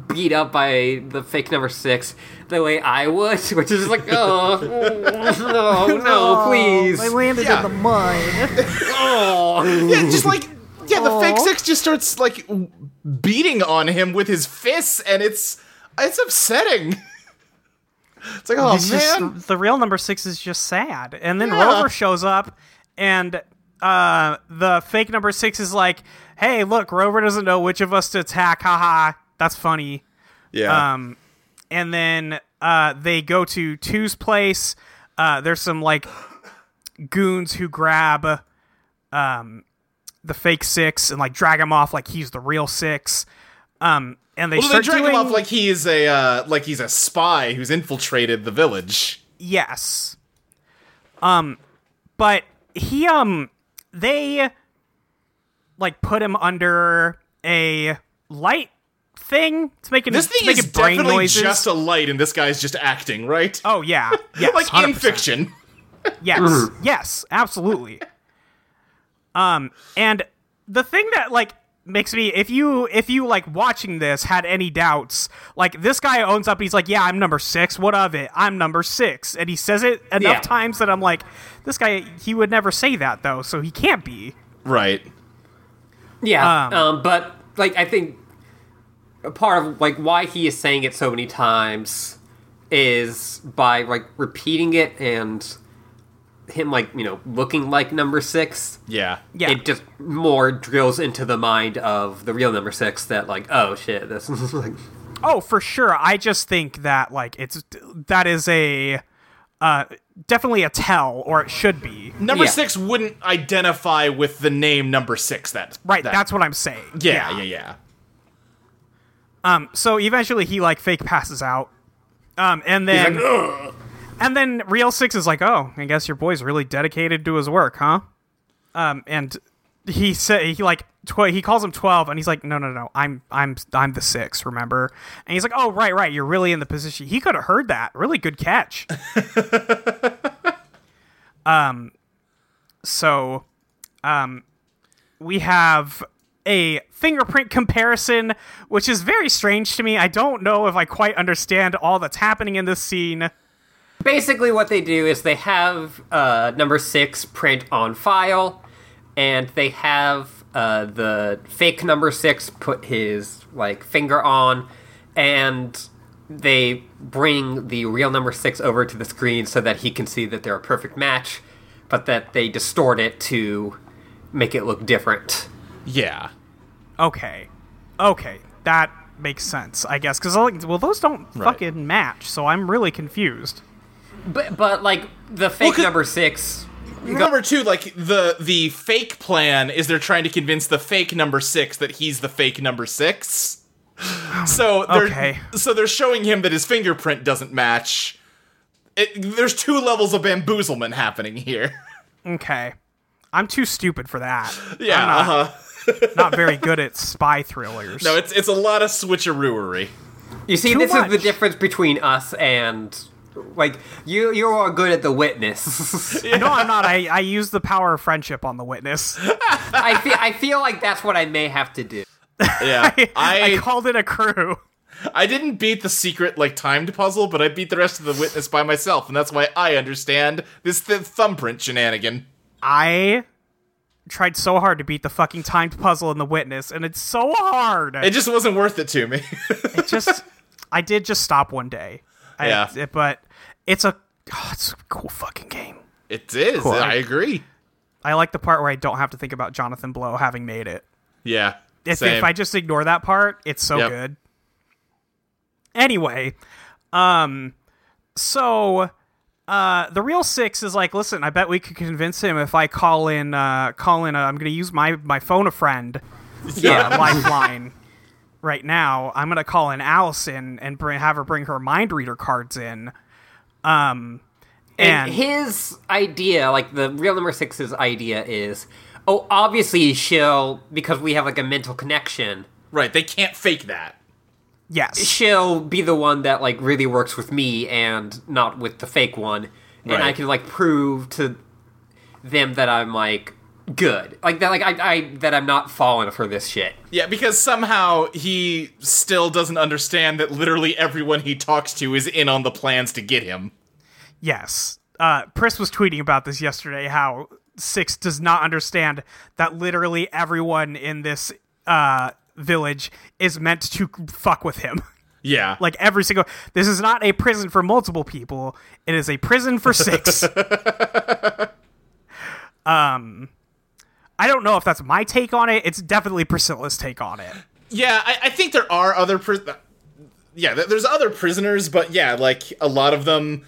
S1: beat up by the fake number 6 the way I would, which is like, oh no, no, please.
S4: I landed
S3: Yeah.
S4: in the mud.
S1: Oh.
S3: Yeah, just like yeah, the fake six just starts like w- beating on him with his fists, and it's it's upsetting. It's like oh
S2: It's just-
S3: man,
S2: the real number six is just sad. And then
S3: Yeah.
S2: Rover shows up and uh the fake number six is like, Hey, look, Rover doesn't know which of us to attack, haha. That's funny.
S3: yeah,
S2: Um, and then uh, they go to Two's place. Uh, there's some like goons who grab um, the fake six and like drag him off like he's the real six. Um, and they
S3: well, they
S2: start
S3: drag
S2: doing
S3: him off like he is a uh, like he's a spy who's infiltrated the village.
S2: yes. Um, but he um they like put him under a light thing to make it
S3: This
S2: to
S3: thing
S2: make
S3: is
S2: it brain
S3: definitely
S2: noises.
S3: just a light, and this guy's just acting, right?
S2: oh yeah, yes,
S3: like in
S2: 100%.
S3: fiction. Mm.
S2: Yes. yes, absolutely. um and the thing that like makes me if you if you like watching this had any doubts, like this guy owns up he's like, "Yeah, I'm number 6. What of it? I'm number 6." And he says it enough
S1: Yeah.
S2: times that I'm like, this guy he would never say that though, so he can't be.
S3: Right.
S1: Yeah,
S2: Um,
S1: um, but like I think a part of like why he is saying it so many times is by like repeating it and him like you know looking like number six.
S3: Yeah.
S2: Yeah.
S1: It just more drills into the mind of the real number six that like oh shit this is like
S2: Oh, for sure. I just think that like it's that is a uh definitely a tell or it should be.
S3: Number
S1: Yeah.
S3: six wouldn't identify with the name number six. That
S2: Right,
S3: that-
S2: that's what I'm saying.
S3: yeah, yeah, yeah.
S2: so eventually he like fake passes out um and then and then real six is like oh i guess your boy's really dedicated to his work huh um and he said he like tw- he calls him 12 and he's like no no no i'm i'm i'm the six remember and he's like oh right right you're really in the position he could have heard that really good catch um so um we have a fingerprint comparison which is very strange to me i don't know if i quite understand all that's happening in this scene
S1: Basically, what they do is they have uh, number six print on file, and they have uh, the fake number six put his like finger on, and they bring the real number six over to the screen so that he can see that they're a perfect match, but that they distort it to make it look different.
S3: Yeah.
S2: Okay. Okay. That makes sense, I guess. Because, like, well, those don't
S3: Right.
S2: fucking match, so I'm really confused.
S1: But but like the fake
S3: 'cause-
S1: number six.
S3: Number two, like the the fake plan is they're trying to convince the fake number six that he's the fake number six. So they're
S2: Okay.
S3: so they're showing him that his fingerprint doesn't match. It, there's two levels of bamboozlement happening here.
S2: Okay. I'm too stupid for that.
S3: Yeah, uh-huh.
S2: Not very good at spy thrillers.
S3: no, it's it's a lot of switcherooery.
S1: You see,
S2: Too
S1: this
S2: much.
S1: is the difference between us and like you. You are good at the witness.
S2: No, I'm not. I, I use the power of friendship on the witness.
S1: I feel. I feel like that's what I may have to do.
S3: Yeah,
S2: I,
S3: I
S2: called it a crew.
S3: I didn't beat the secret like timed puzzle, but I beat the rest of the witness by myself, and that's why I understand this th- thumbprint shenanigan.
S2: I tried so hard to beat the fucking timed puzzle in the witness, and it's so hard.
S3: It just wasn't worth it to me.
S2: It just I did just stop one day. I,
S3: Yeah.
S2: it- but it's a oh, it's a cool fucking game.
S3: it is. I agree.
S2: I like the part where I don't have to think about Jonathan Blow having made it.
S3: Yeah.
S2: If,
S3: same.
S2: if I just ignore that part, it's so
S3: Yep.
S2: good. Anyway, um, so uh, the real six is like, listen, I bet we could convince him if I call in, uh, call in. A, I'm going to use my my phone a friend
S1: Yeah.
S2: uh, lifeline right now. I'm gonna call in Allison and bring, have her bring her mind reader cards in. Um,
S1: And
S2: and,
S1: his idea, like the real number six's idea, is oh, obviously she'll because we have like a mental connection.
S3: right, they can't fake that.
S2: yes,
S1: She'll be the one that like really works with me and not with the fake one, and I
S3: Right.
S1: can like prove to them that I'm like good, like that, like I, I that I'm not falling for this shit.
S3: Yeah, because somehow he still doesn't understand that literally everyone he talks to is in on the plans to get him.
S2: yes. Uh, Pris was tweeting about this yesterday. How Six does not understand that literally everyone in this uh, village is meant to fuck with him.
S3: Yeah.
S2: Like every single. This is not a prison for multiple people. It is a prison for six. um, I don't know if that's my take on it. It's definitely Priscilla's take on it.
S3: yeah, I, I think there are other pris- Yeah, th- there's other prisoners, but yeah, like a lot of them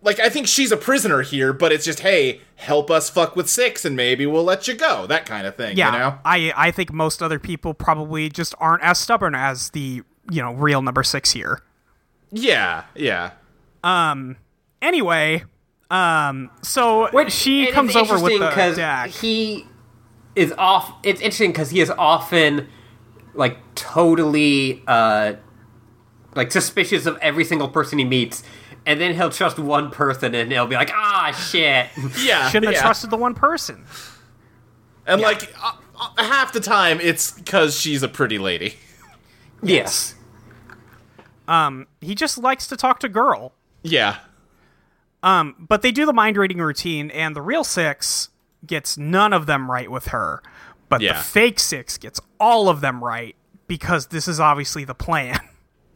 S3: like I think she's a prisoner here, but it's just hey, help us fuck with 6 and maybe we'll let you go. That kind of thing,
S2: Yeah,
S3: you know?
S2: I I think most other people probably just aren't as stubborn as the you know real number six here.
S3: Yeah, yeah.
S2: Anyway, um, so
S1: Which
S2: she
S1: it
S2: comes
S1: is
S2: over with
S1: interesting
S2: the
S1: 'cause
S2: deck.
S1: He is off. It's interesting because he is often like totally uh like suspicious of every single person he meets, and then he'll trust one person, and he'll be like, "Ah, shit."
S3: Yeah.
S2: Shouldn't have
S3: yeah.
S2: trusted the one person.
S3: And like uh, uh, half the time it's cuz she's a pretty lady.
S1: yes.
S2: He just likes to talk to girl.
S3: Yeah.
S2: but they do the mind reading routine, and the real six gets none of them right with her, but
S3: Yeah.
S2: the fake six gets all of them right because this is obviously the plan.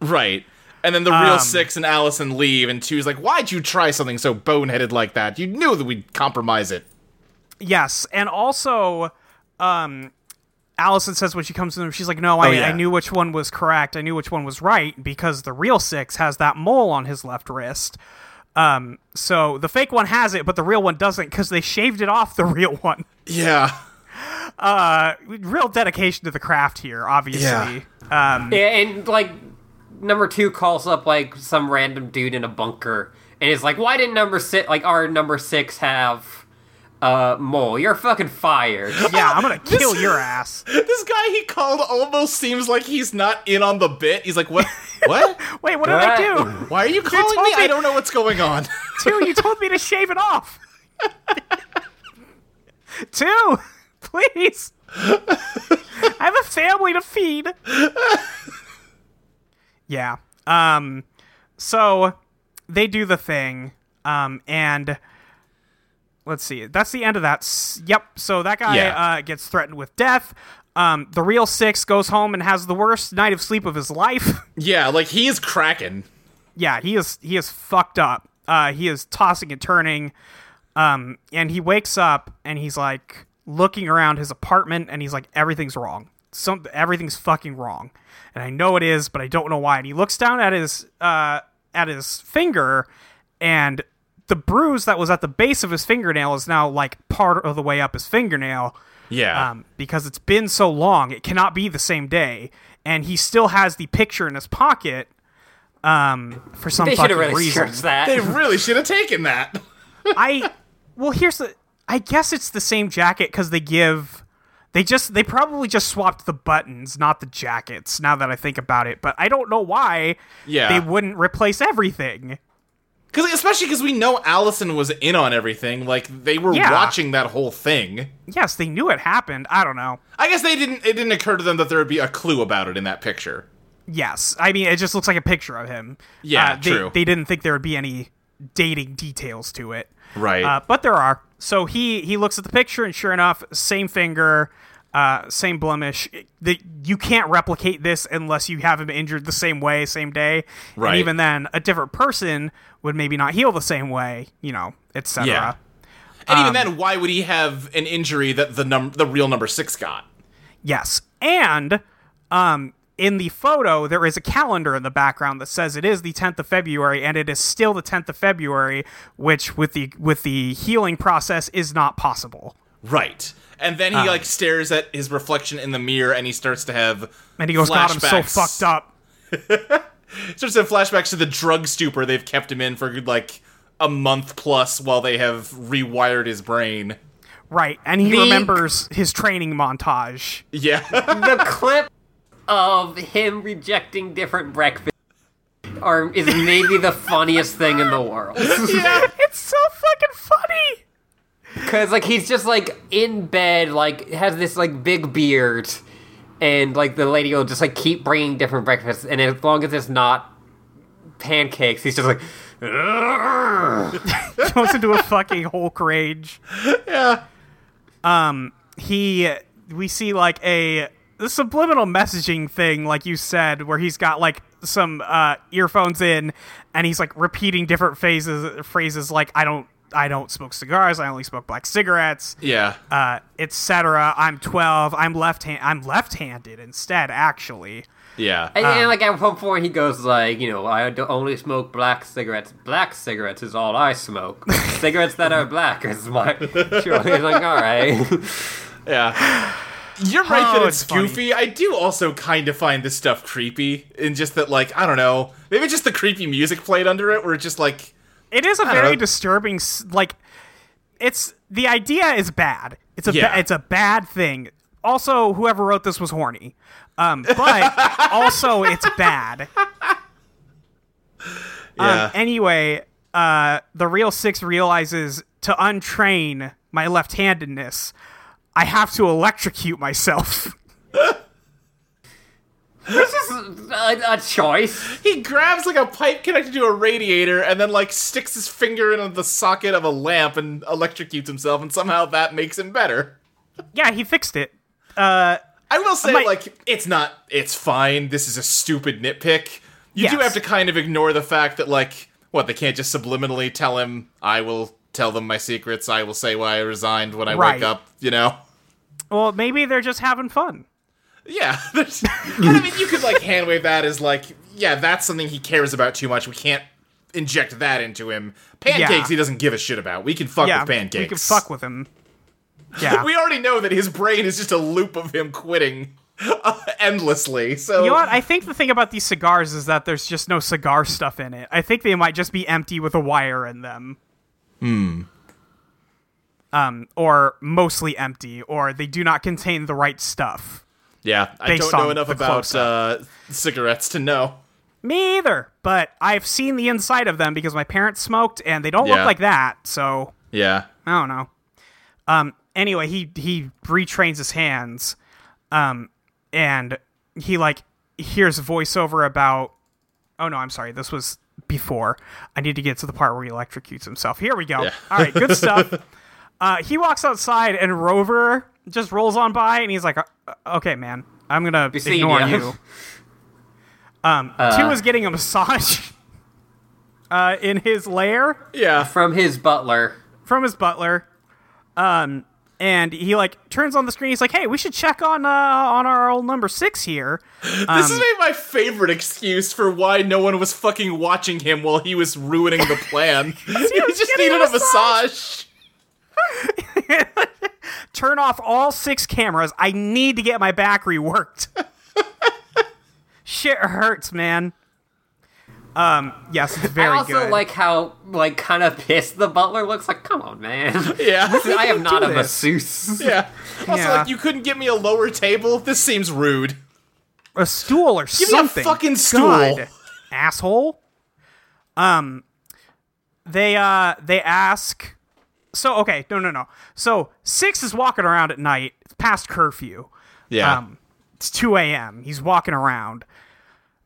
S3: Right. And then the
S2: Um,
S3: real six and Allison leave, and two's like, "Why'd you try something so boneheaded like that? You knew that we'd compromise it."
S2: yes, and also, um, Allison says when she comes in, she's like, "No, I,
S3: Oh, yeah.
S2: I knew which one was correct. I knew which one was right because the real six has that mole on his left wrist." Um, so the fake one has it, but the real one doesn't because they shaved it off the real one.
S3: Yeah.
S2: Real dedication to the craft here, obviously.
S3: Yeah.
S1: Yeah, and like number two calls up like some random dude in a bunker, and is like, "Why didn't number six like our number six have uh, Mole, you're fucking fired.
S2: Yeah, I'm gonna kill your ass.
S3: This guy he called almost seems like he's not in on the bit. He's like, what? What?
S2: Wait, what did I do?
S3: Why are you calling
S2: told
S3: me?
S2: me-
S3: I don't know what's going on.
S2: Two, you told me to shave it off. Two, please. I have a family to feed. yeah. Um. So they do the thing. Um. And let's see. That's the end of that. S- Yep. So that guy
S3: Yeah.
S2: uh, gets threatened with death. Um. The real six goes home and has the worst night of sleep of his life.
S3: yeah, like he is cracking.
S2: yeah, he is he is fucked up. Uh, he is tossing and turning, um, and he wakes up and he's like looking around his apartment and he's like everything's wrong. Some everything's fucking wrong, and I know it is, but I don't know why. And he looks down at his uh, at his finger, and the bruise that was at the base of his fingernail is now like part of the way up his fingernail
S3: Yeah.
S2: um, because it's been so long, it cannot be the same day. And he still has the picture in his pocket um, for some
S1: They should
S2: fucking
S1: have really
S2: reason.
S1: searched that.
S3: they really should have taken that.
S2: I well, here's the. I guess it's the same jacket because they give. They just they probably just swapped the buttons, not the jackets. Now that I think about it, but I don't know why
S3: Yeah.
S2: they wouldn't replace everything.
S3: Cause especially because we know Allison was in on everything. Like they were
S2: Yeah.
S3: watching that whole thing.
S2: Yes, they knew it happened. I don't know.
S3: I guess they didn't. It didn't occur to them that there would be a clue about it in that picture.
S2: Yes, I mean it just looks like a picture of him.
S3: Yeah,
S2: Uh, they,
S3: true.
S2: They didn't think there would be any dating details to it.
S3: Right.
S2: Uh, but there are. So he he looks at the picture, and sure enough, same finger, uh, same blemish. The, you can't replicate this unless you have him injured the same way, same day.
S3: Right.
S2: And even then, a different person would maybe not heal the same way. You know, etc.
S3: Yeah. and
S2: Um,
S3: even then, why would he have an injury that the num the real number six got?
S2: Yes. And um, in the photo, there is a calendar in the background that says it is the 10th of February, and it is still the 10th of February, which with the with the healing process is not possible.
S3: Right. And then he
S2: Um,
S3: like stares at his reflection in the mirror, and he starts to have
S2: And he goes, God, I'm so
S3: flashbacks-
S2: fucked up.
S3: Starts to have flashbacks to the drug stupor they've kept him in for like a month plus, while they have rewired his brain.
S2: Right. And he
S1: The-
S2: remembers his training montage.
S3: Yeah.
S1: the clip of him rejecting different breakfasts are, is maybe the funniest thing in the world.
S3: yeah.
S2: It's so fucking funny.
S1: Because, like, he's just, like, in bed, like, has this, like, big beard, and, like, the lady will just, like, keep bringing different breakfasts, and as long as it's not pancakes, he's just like, "Ugh."
S2: goes into a fucking Hulk rage. Yeah. Um, he we see like a the subliminal messaging thing, like you said, where he's got like some uh earphones in and he's like repeating different phases phrases like I don't I don't smoke cigars, I only smoke black cigarettes,
S3: Yeah.
S2: uh, etc. I'm twelve, I'm left hand I'm left handed instead, actually.
S3: yeah.
S1: And, and, like, at one point, he goes, like, you know, I do- only smoke black cigarettes. Black cigarettes is all I smoke. cigarettes that are black is my. Sure. He's like, all right.
S3: Yeah. You're right that
S2: Oh,
S3: it's,
S2: it's funny.
S3: goofy. I do also kind of find this stuff creepy, and just that, like, I don't know, maybe just the creepy music played under it, where it's just like,
S2: It is a
S3: know.
S2: very disturbing. s- Like, it's the idea is bad. It's a
S3: Yeah.
S2: ba- it's a bad thing. Also, whoever wrote this was horny. Um, but also, it's bad.
S3: yeah,
S2: Um, anyway, uh, the real six realizes to untrain my left-handedness, I have to electrocute myself.
S1: This is a, a choice.
S3: he grabs like a pipe connected to a radiator, and then like sticks his finger into the socket of a lamp and electrocutes himself, and somehow that makes him better.
S2: yeah, he fixed it.
S3: I will say,
S2: Might-
S3: like, it's not, it's fine. This is a stupid nitpick. You do
S2: Yes.
S3: have to kind of ignore the fact that, like, what, they can't just subliminally tell him, I will tell them my secrets, I will say why I resigned when I
S2: Right.
S3: wake up, you know?
S2: Well, maybe they're just having fun.
S3: Yeah. there's- I mean, you could, like, hand wave that as, like, yeah, that's something he cares about too much. We can't inject that into him. Pancakes,
S2: Yeah.
S3: he doesn't give a shit about. We can fuck
S2: yeah,
S3: with pancakes.
S2: we can fuck with him. Yeah,
S3: We already know that his brain is just a loop of him quitting uh, endlessly, so.
S2: You know what? I think the thing about these cigars is that there's just no cigar stuff in it. I think they might just be empty with a wire in them. um, or mostly empty, or they do not contain the right stuff.
S3: Yeah, I
S2: Based
S3: don't know
S2: on
S3: enough
S2: the
S3: about
S2: close-up.
S3: uh, cigarettes to know.
S2: Me either, but I've seen the inside of them because my parents smoked, and they don't
S3: Yeah.
S2: look like that. So
S3: Yeah.
S2: I don't know. Um. Anyway, he he retrains his hands, um, and he like hears voiceover about. Oh no, I'm sorry. This was before. I need to get to the part where he electrocutes himself. Here we go. All right, good stuff. Uh, he walks outside, and Rover just rolls on by, and he's like, "Uh, "Okay, man, I'm gonna
S1: seeing
S2: ignore
S1: ya."
S2: you." Um, two is getting a massage. Uh, in his lair
S3: Yeah.
S1: from his butler.
S2: from his butler. Um, and he like turns on the screen. He's like, "Hey, we should check on uh on our old number six here." Um,
S3: This is maybe my favorite excuse for why no one was fucking watching him while he was ruining the plan. he
S2: was
S3: just
S2: getting
S3: needed
S2: a
S3: a massage.
S2: Turn off all six cameras. I need to get my back reworked. Shit hurts, man. Um, yes, it's very
S1: I also
S2: good.
S1: like how like kind of pissed the butler looks. Like, come on, man.
S3: Yeah.
S1: I am not
S2: do
S1: a
S2: this?
S1: masseuse.
S3: yeah. Also,
S2: Yeah.
S3: like, you couldn't get me a lower table? This seems rude.
S2: a stool or
S3: me a
S2: something.
S3: fucking stool.
S2: God, asshole. Um, they uh they ask. So okay, no no no. So six is walking around at night. It's past curfew.
S3: Yeah.
S2: Um, it's two a.m. He's walking around.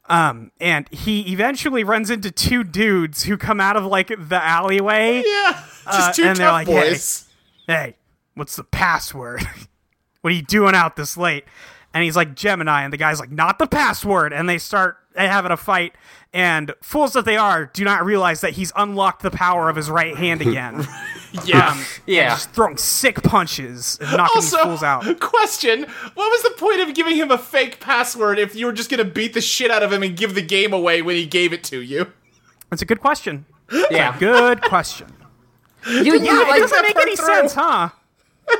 S2: Um, and he eventually runs into two dudes who come out of like the alleyway.
S3: yeah. Just two
S2: and they're
S3: tough
S2: like, hey.
S3: boys.
S2: Hey, what's the password? what are you doing out this late? And he's like, Gemini. And the guy's like, not the password. And they start having a fight. And fools that they are do not realize that he's unlocked the power of his right hand again.
S3: Yeah.
S1: Yeah,
S2: Just throwing sick punches and knocking
S3: also,
S2: these fools out.
S3: question: What was the point of giving him a fake password if you were just gonna beat the shit out of him and give the game away when he gave it to you?
S2: That's a good question.
S1: yeah.
S2: Good question.
S1: You,
S2: Yeah,
S1: you
S2: it
S1: like
S2: doesn't
S3: that
S2: make
S3: part
S2: any
S3: through.
S2: sense, huh?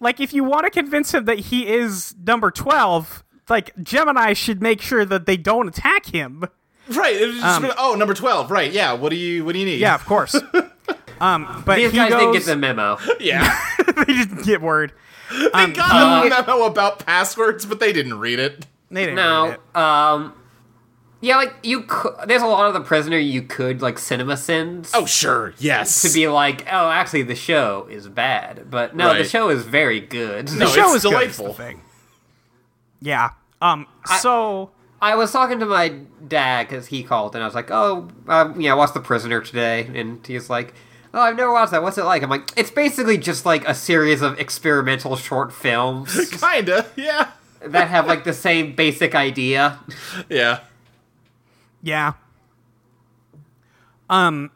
S2: like, if you want to convince him that he is number 12, like, Gemini should make sure that they don't attack him.
S3: Right. It was just been, oh, number twelve. Right. Yeah. What do you What do you need?
S2: Yeah, of course. um, but
S1: these
S2: he
S1: guys didn't get
S2: goes-
S1: the memo.
S3: Yeah.
S2: they didn't get word.
S3: they got a memo about passwords, but they didn't read it.
S2: They didn't. read
S1: No,
S2: it.
S1: um, yeah, like you. Cou- there's a lot of the prisoner you could like cinema sins.
S3: Oh, sure. Yes.
S1: to be like, oh, actually, the show is bad, but no, the
S3: Right.
S1: show is very good.
S2: The show
S3: no,
S2: is
S3: it's
S2: good, is the
S3: delightful.
S2: thing. Yeah. Um. so
S1: I was talking to my dad because he called, and I was like, "Oh, um, you know, I watched The Prisoner today," and he's like, "Oh, I've never watched that. What's it like?" I'm like, "It's basically just like a series of experimental short films
S3: Kinda. Yeah.
S1: that have like the same basic idea."
S3: Yeah.
S2: yeah. Um.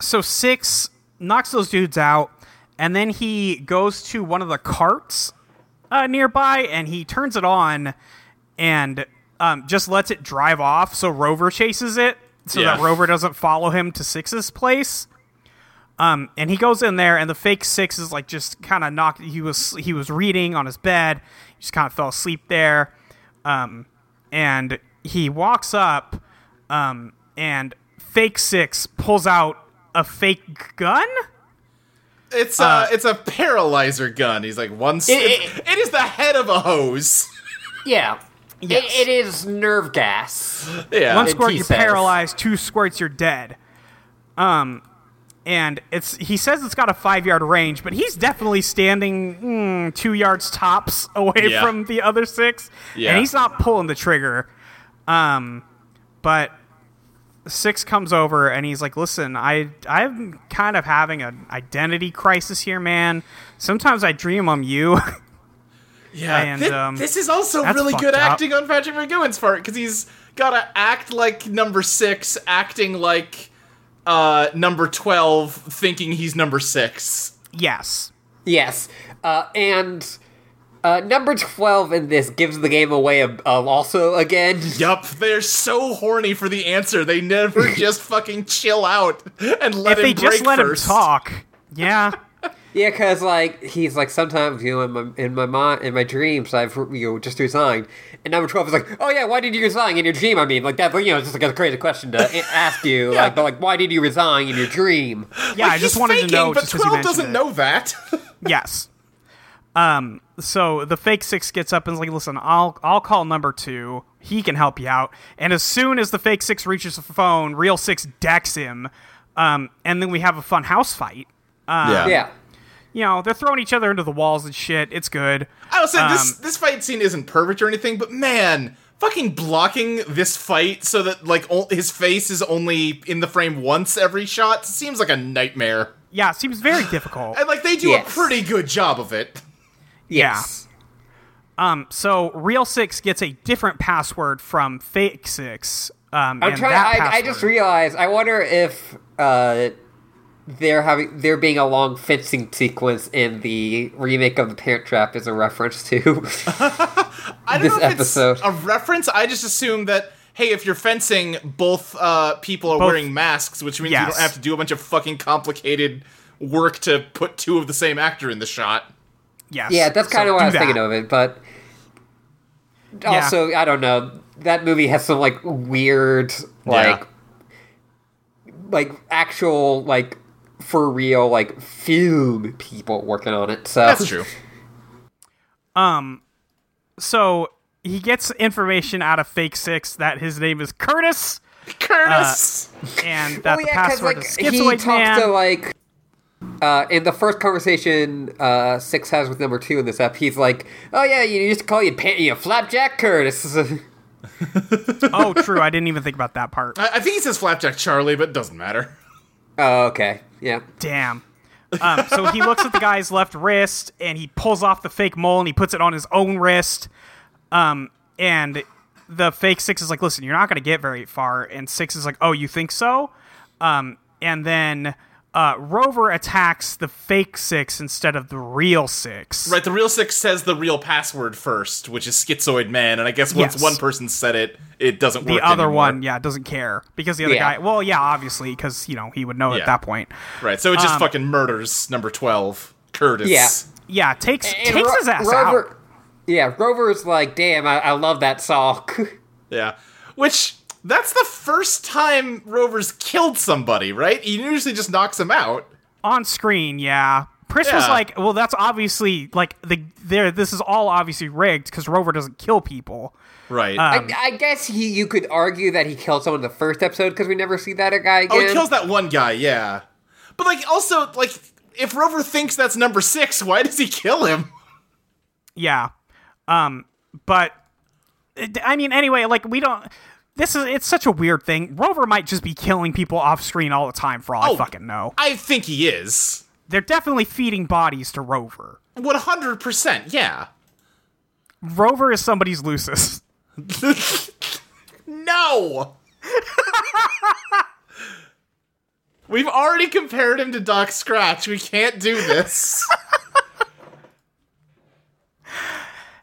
S2: So six knocks those dudes out, and then he goes to one of the carts uh, nearby, and he turns it on, and um, just lets it drive off. So Rover chases it, so
S3: Yeah.
S2: that Rover doesn't follow him to Six's place. Um, and he goes in there, and the fake six is like just kind of knocked. He was he was reading on his bed, he just kind of fell asleep there. Um, and he walks up, um, and fake six pulls out a fake gun.
S3: It's a it's a paralyzer gun. He's like one. s- it's- Uh, it is the head of a hose.
S1: Yeah, It-
S2: Yes.
S1: it is nerve gas.
S3: Yeah.
S2: One
S1: It-
S2: squirt,
S1: he
S2: you're
S1: says.
S2: paralyzed. Two squirts, you're dead. Um, and it's he says it's got a five yard range, but he's definitely standing mm, two yards tops away
S3: Yeah.
S2: from the other six,
S3: Yeah.
S2: and he's not pulling the trigger. Um, but six comes over and he's like, "Listen, I I'm kind of having an identity crisis here, man. Sometimes I dream I'm you."
S3: Yeah,
S2: And,
S3: thi-
S2: um,
S3: this is also
S2: that's
S3: really
S2: fucked
S3: good
S2: up.
S3: acting on Patrick McGowan's part because he's gotta act like number six, acting like uh, number twelve, thinking he's number six.
S2: yes.
S1: Yes, uh, and uh, number twelve in this gives the game away. Of, of also again,
S3: Yup, they're so horny for the answer. They never just fucking chill out and let
S2: If
S3: him
S2: they just let
S3: break first.
S2: him talk, yeah.
S1: Yeah, because like he's like sometimes you know in my in my mind in my dreams I've you know just resigned, and number twelve is like, oh yeah, why did you resign in your dream? I mean, like that, you know, it's just like a crazy question to a- ask you, like, but like why did you resign in your dream?
S2: Yeah, I
S3: He's
S2: just wanted
S3: faking,
S2: to know.
S3: but
S2: just 'cause he
S3: twelve
S2: mentioned it.
S3: doesn't
S2: Uh,
S3: know that.
S2: yes. Um, so the fake six gets up and is like, "Listen, I'll I'll call number two. He can help you out." And as soon as the fake six reaches the phone, real six decks him. Um, and then we have a fun house fight.
S3: yeah.
S1: yeah.
S2: You know, they're throwing each other into the walls and shit. It's good.
S3: I will say
S2: Um,
S3: this this fight scene isn't perfect or anything, but man, fucking blocking this fight so that like o- his face is only in the frame once every shot seems like a nightmare.
S2: Yeah, seems very difficult.
S3: And like they do
S1: Yes.
S3: a pretty good job of it.
S1: Yes.
S2: Um, So real six gets a different password from fake six. Um,
S1: I'm
S2: and
S1: trying.
S2: that
S1: I, I
S2: password-
S1: just realized. I wonder if uh, they're having there being a long fencing sequence in the remake of the Parent Trap is a reference to.
S3: I don't
S1: This
S3: know if
S1: episode.
S3: it's a reference. I just assume that hey, if you're fencing, both uh, people are
S2: Both-
S3: wearing masks, which means you
S2: Yes.
S3: don't have to do a bunch of fucking complicated work to put two of the same actor in the shot.
S2: Yes.
S1: yeah, that's kind
S2: So
S1: of what I
S2: do
S1: was thinking
S2: that.
S1: of it, but also I don't know. That movie has some like weird, like, like actual, like for real, like film people working on it. So
S3: That's true.
S2: So he gets information out of fake six that his name is Curtis
S3: Curtis.
S2: Uh, and
S1: Well,
S2: that the
S1: Oh, yeah,
S2: password
S1: like
S2: is
S1: he
S2: schizoid
S1: talks
S2: man.
S1: to like uh, in the first conversation uh, six has with number two in this app. He's like, "Oh yeah, you used to call you, pan- you flapjack Curtis."
S2: oh, true. I didn't even think about that part.
S3: I, I think he says Flapjack Charlie, but it doesn't matter.
S1: oh, okay, yeah.
S2: Damn. Um, so he looks at the guy's left wrist and he pulls off the fake mole and he puts it on his own wrist. Um, and the fake six is like, listen, you're not going to get very far. And six is like, oh, you think so? Um, and then uh, Rover attacks the fake six instead of the real six.
S3: Right, the real six says the real password first, which is schizoid man, and I guess once
S2: Yes.
S3: one person said it, it doesn't
S2: The
S3: work.
S2: other
S3: anymore.
S2: one, yeah, doesn't care because the other
S1: Yeah.
S2: guy. Well, yeah, obviously, because you know he would know
S3: Yeah.
S2: at that point.
S3: Right, so it just fucking murders number twelve, Curtis.
S1: Yeah.
S2: um, Yeah, takes
S1: And
S2: takes
S1: Ro-
S2: his ass
S1: Rover-
S2: out.
S1: Yeah, Rover's like, "Damn, I, I love that song."
S3: Yeah. Which that's the first time Rover's killed somebody, right? He usually just knocks him out.
S2: on screen, yeah. Pris was
S3: Yeah.
S2: like, "Well, that's obviously like the there. This is all obviously rigged because Rover doesn't kill people."
S3: Right.
S2: Uh, Um,
S1: I, I guess he, you could argue that he killed someone in the first episode because we never see that guy again.
S3: oh, he kills that one guy, yeah. But like also, like if Rover thinks that's number six, why does he kill him?
S2: Yeah, um, but it- I mean, anyway, like we don't. This is it's such a weird thing. Rover might just be killing people off screen all the time for all
S3: Oh.
S2: I fucking know.
S3: I think he is.
S2: They're definitely feeding bodies to Rover.
S3: One hundred percent, yeah.
S2: Rover is somebody's Lucis.
S3: No! We've already compared him to Doc Scratch. We can't do this.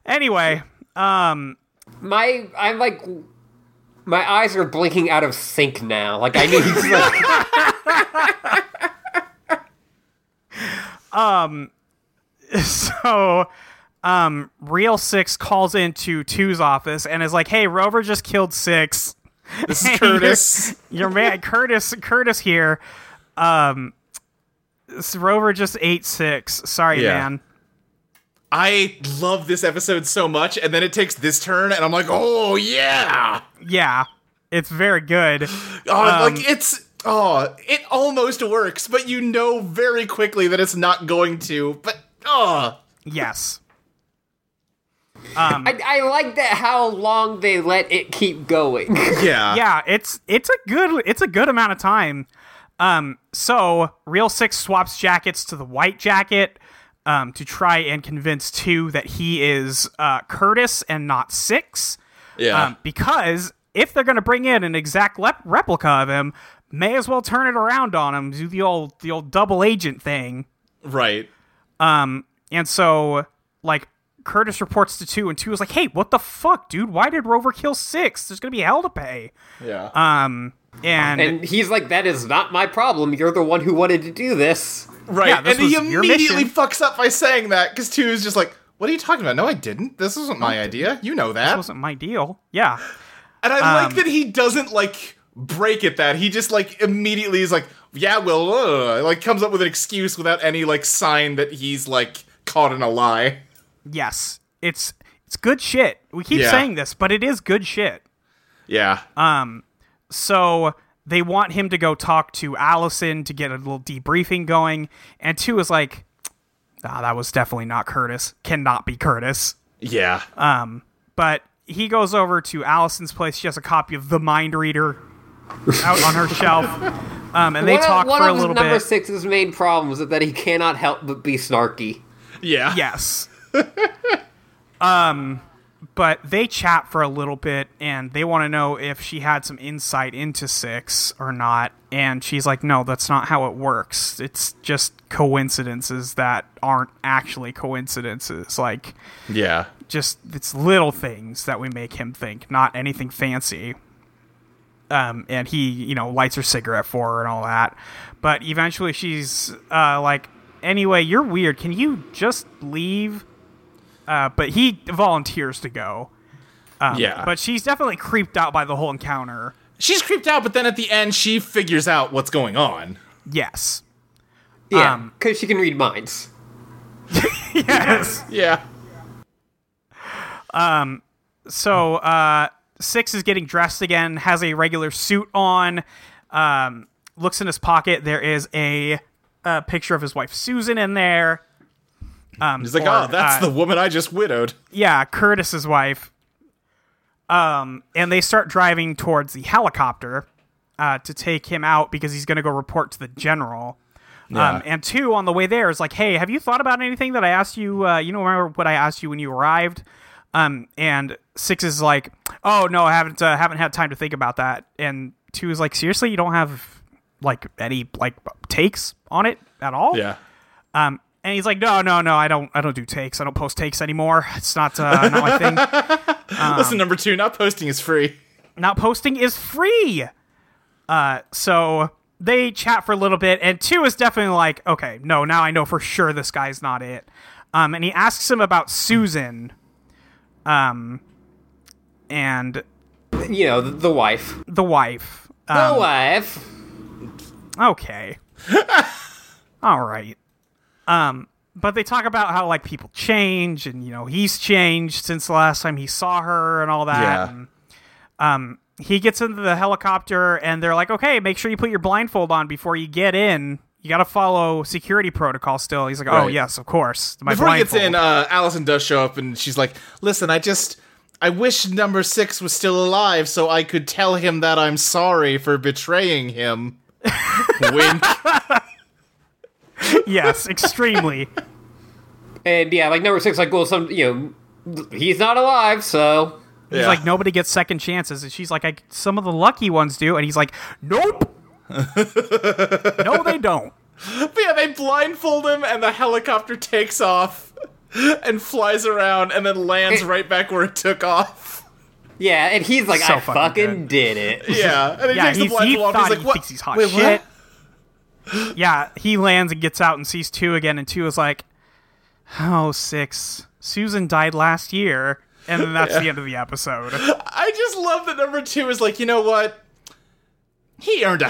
S2: Anyway,
S1: my I'm like my eyes are blinking out of sync now. Like I need like,
S2: so um real six calls into two's office and is like hey rover just killed six
S3: This is Curtis.
S2: your man curtis curtis here um s- rover just ate six sorry
S3: Yeah.
S2: man
S3: I love this episode so much, and then it takes this turn, and I'm like, oh yeah!
S2: yeah it's very good
S3: Oh, like it's oh, it almost works, but you know very quickly that it's not going to. But oh,
S2: yes
S1: I, I like that how long they let it keep going.
S3: yeah,
S2: yeah it's it's a good it's a good amount of time um so real six swaps jackets to the white jacket um to try and convince two that he is uh curtis and not six
S3: yeah.
S2: um, because if they're going to bring in an exact lep- replica of him may as well turn it around on him do the old the old double agent thing
S3: right.
S2: and so, like, Curtis reports to two, and two is like, "Hey, what the fuck, dude? Why did Rover kill six? There's gonna be hell to pay."
S3: Yeah.
S2: Um, and,
S1: And he's like, that is not my problem. You're the one who wanted to do this.
S3: Right.
S2: Yeah, this
S3: and he
S2: was your
S3: immediately
S2: mission.
S3: fucks up by saying that because two is just like, "What are you talking about? No, I didn't. This wasn't my idea. You know that."
S2: that wasn't my deal. Yeah,
S3: um, and I like that he doesn't like break at that. He just like immediately is like, yeah, well, uh, like comes up with an excuse without any like sign that he's like caught in a lie.
S2: Yes, it's it's good shit. We keep
S3: Yeah.
S2: saying this, but it is good shit.
S3: Yeah.
S2: So they want him to go talk to Allison to get a little debriefing going. And two is like, ah, that was definitely not Curtis. Cannot be Curtis.
S3: yeah.
S2: But he goes over to Allison's place. She has a copy of The Mind Reader out on her shelf. Um, and they
S1: one
S2: talk
S1: of, one
S2: for
S1: of
S2: a little
S1: his number
S2: bit.
S1: six's main problems is that he cannot help but be snarky.
S3: yeah.
S2: Yes. um, but they chat for a little bit and they want to know if she had some insight into six or not. And she's like, no, that's not how it works. It's just coincidences that aren't actually coincidences. Like,
S3: Yeah.
S2: just it's little things that we make him think, not anything fancy. Um, and he, you know, lights her cigarette for her and all that. But eventually she's uh, like, anyway, you're weird. Can you just leave? Uh, but he volunteers to go.
S3: yeah.
S2: But she's definitely creeped out by the whole encounter.
S3: she's creeped out, but then at the end, she figures out what's going on.
S2: Yes.
S1: Yeah,
S2: Um,
S1: because she can read minds.
S2: Yes.
S3: Yeah.
S2: So uh, Six is getting dressed again, has a regular suit on, um, looks in his pocket. There is a, uh picture of his wife Susan in there. Um,
S3: He's like,
S2: or,
S3: oh, that's
S2: uh,
S3: the woman I just widowed.
S2: yeah, Curtis's wife. Um, and they start driving towards the helicopter uh, to take him out because he's going to go report to the general. Um, and two on the way there is like, hey, have you thought about anything that I asked you? Uh, you know, remember what I asked you when you arrived? Um, and six is like, oh no, I haven't uh, haven't had time to think about that. And two is like, seriously, you don't have like any like takes on it at all?
S3: Yeah.
S2: Um, and he's like, no, no, no, I don't, I don't do takes. I don't post takes anymore. It's not, uh, not my thing.
S3: Listen, number two, not posting is free.
S2: Not posting is free. Uh, so they chat for a little bit, and two is definitely like, okay, no, now I know for sure this guy's not it. Um, and he asks him about Susan. Um, and
S1: You know, the, the wife.
S2: the wife.
S1: The
S2: Um,
S1: wife.
S2: okay. All right. Um, but they talk about how like people change, and you know he's changed since the last time he saw her, and all that.
S3: Yeah.
S2: And, um, he gets into the helicopter, and they're like, "Okay, make sure you put your blindfold on before you get in. You got to follow security protocol." Still, he's like, "Oh
S3: Right.
S2: yes, of course." My
S3: Before he gets
S2: blindfold."
S3: in, uh, Allison does show up and she's like, listen, I just. I wish number six was still alive so I could tell him that I'm sorry for betraying him. Wink.
S2: yes, extremely.
S1: And yeah, like number six, like, well, some, you know, he's not alive, so.
S2: He's like, nobody gets second chances. And she's like, I, some of the lucky ones do. And he's like, nope. no, they don't.
S3: But yeah, they blindfold him, and the helicopter takes off and flies around, and then lands right back where it took off.
S1: Yeah, and he's like,
S2: So
S1: I
S2: fucking
S1: fucking
S2: good.
S1: did it.
S3: Yeah, and he
S2: Yeah,
S3: takes
S2: he,
S3: the blindfold
S2: he
S3: off.
S2: thought
S3: he's like,
S2: he
S3: what?
S2: thinks he's hot
S3: Wait,
S2: shit.
S3: what?
S2: yeah, he lands and gets out and sees two again. And two is like, oh, six. Susan died last year. And then that's the end of the episode.
S3: I just love that number two is like, you know what? He earned a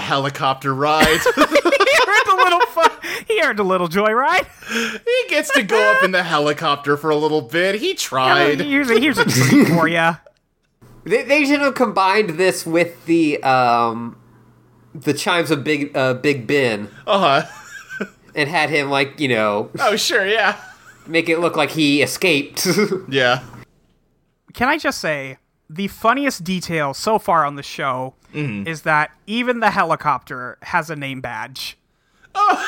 S3: helicopter ride.
S2: he earned a little fu- He earned a little joyride.
S3: he gets to go up in the helicopter for a little bit. He tried.
S2: Here's a, here's a treat for you.
S1: They, they should have combined this with the, um, the chimes of Big, uh, Big Ben
S3: Uh huh.
S1: and had him, like, you know,
S3: Oh sure, yeah,
S1: make it look like he escaped.
S3: yeah,
S2: can I just say the funniest detail so far on the show
S3: Mm-hmm.
S2: is that even the helicopter has a name badge.
S3: I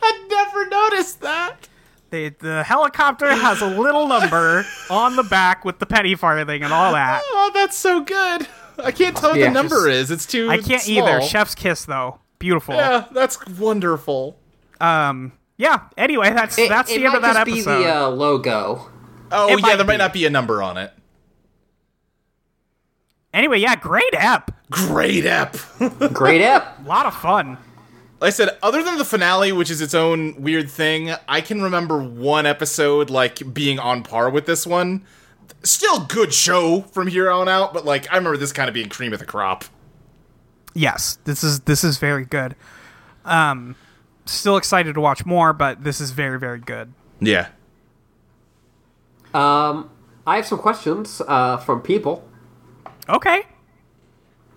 S3: had never noticed that.
S2: The, the helicopter has a little number on the back with the penny farthing and all that.
S3: Oh, that's so good. I can't tell what
S1: Yeah,
S3: the number
S1: just-
S3: is. It's too.
S2: I can't
S3: small.
S2: either. Chef's kiss though. Beautiful. Yeah.
S3: Yeah, that's wonderful.
S2: Anyway, that's
S1: It-
S2: that's
S1: it
S2: the end of
S1: might
S2: that
S1: just
S2: episode.
S1: be the uh, logo.
S3: Oh
S2: It
S3: yeah,
S2: might
S3: there
S2: be.
S3: might not be a number on it.
S2: Anyway, yeah, great ep.
S3: Great ep.
S1: Great up.
S2: A lot of fun.
S3: Like I said, other than the finale, which is its own weird thing, I can remember one episode like being on par with this one. Still good show from here on out, but like I remember this kind of being cream of the crop.
S2: yes, this is this is very good. Um, still excited to watch more, but this is very very good.
S3: Yeah.
S1: I have some questions uh, from people.
S2: Okay.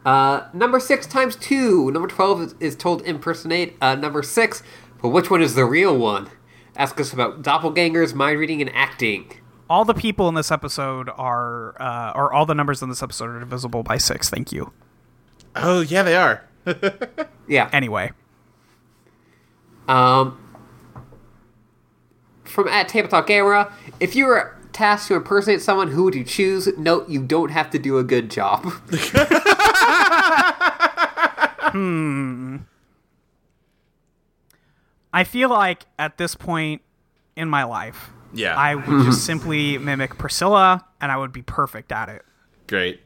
S1: Uh, number six times two. Number twelve is, is told to impersonate uh, number six, but which one is the real one? Ask us about doppelgangers, mind reading, and acting.
S2: All the people in this episode are, uh, or all the numbers in this episode are divisible by six. Thank you.
S3: Oh yeah, they are.
S1: Yeah.
S2: Anyway,
S1: Um, from at Tabletop Gamera, if you were tasked to impersonate someone, who would you choose? Note you don't have to do a good job.
S2: I feel like at this point in my life,
S3: Yeah.
S2: I would just simply mimic Priscilla, and I would be perfect at it.
S3: Great.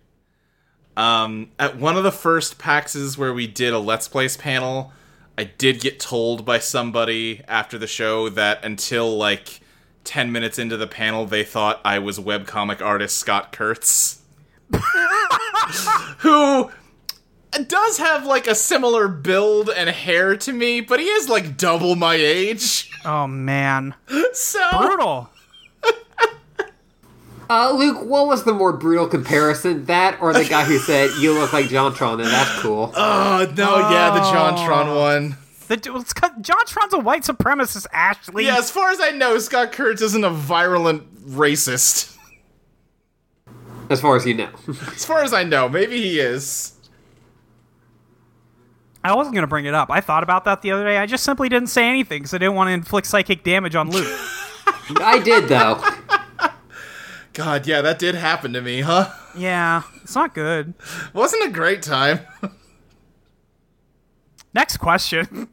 S3: Um, at one of the first PAXs where we did a Let's Plays panel, I did get told by somebody after the show that until like 10 minutes into the panel, they thought I was webcomic artist Scott Kurtz. who does have like a similar build and hair to me, but he is like double my age.
S2: Oh man,
S3: So
S2: brutal.
S1: Uh, Luke, what was the more brutal comparison? That or the guy who said, you look like Jontron, and that's cool?
S3: Oh no, yeah, the Jontron
S2: Oh.
S3: one.
S2: The, it's 'cause Jontron's a white supremacist, Ashley.
S3: Yeah, as far as I know, Scott Kurtz isn't a virulent racist.
S1: As far as you know.
S3: As far as I know, maybe he is.
S2: I wasn't gonna bring it up. I thought about that the other day. I just simply didn't say anything because I didn't want to inflict psychic damage on Luke.
S1: I did, though.
S3: God, yeah, that did happen to me, huh?
S2: yeah, it's not good.
S3: Wasn't a great time.
S2: Next question.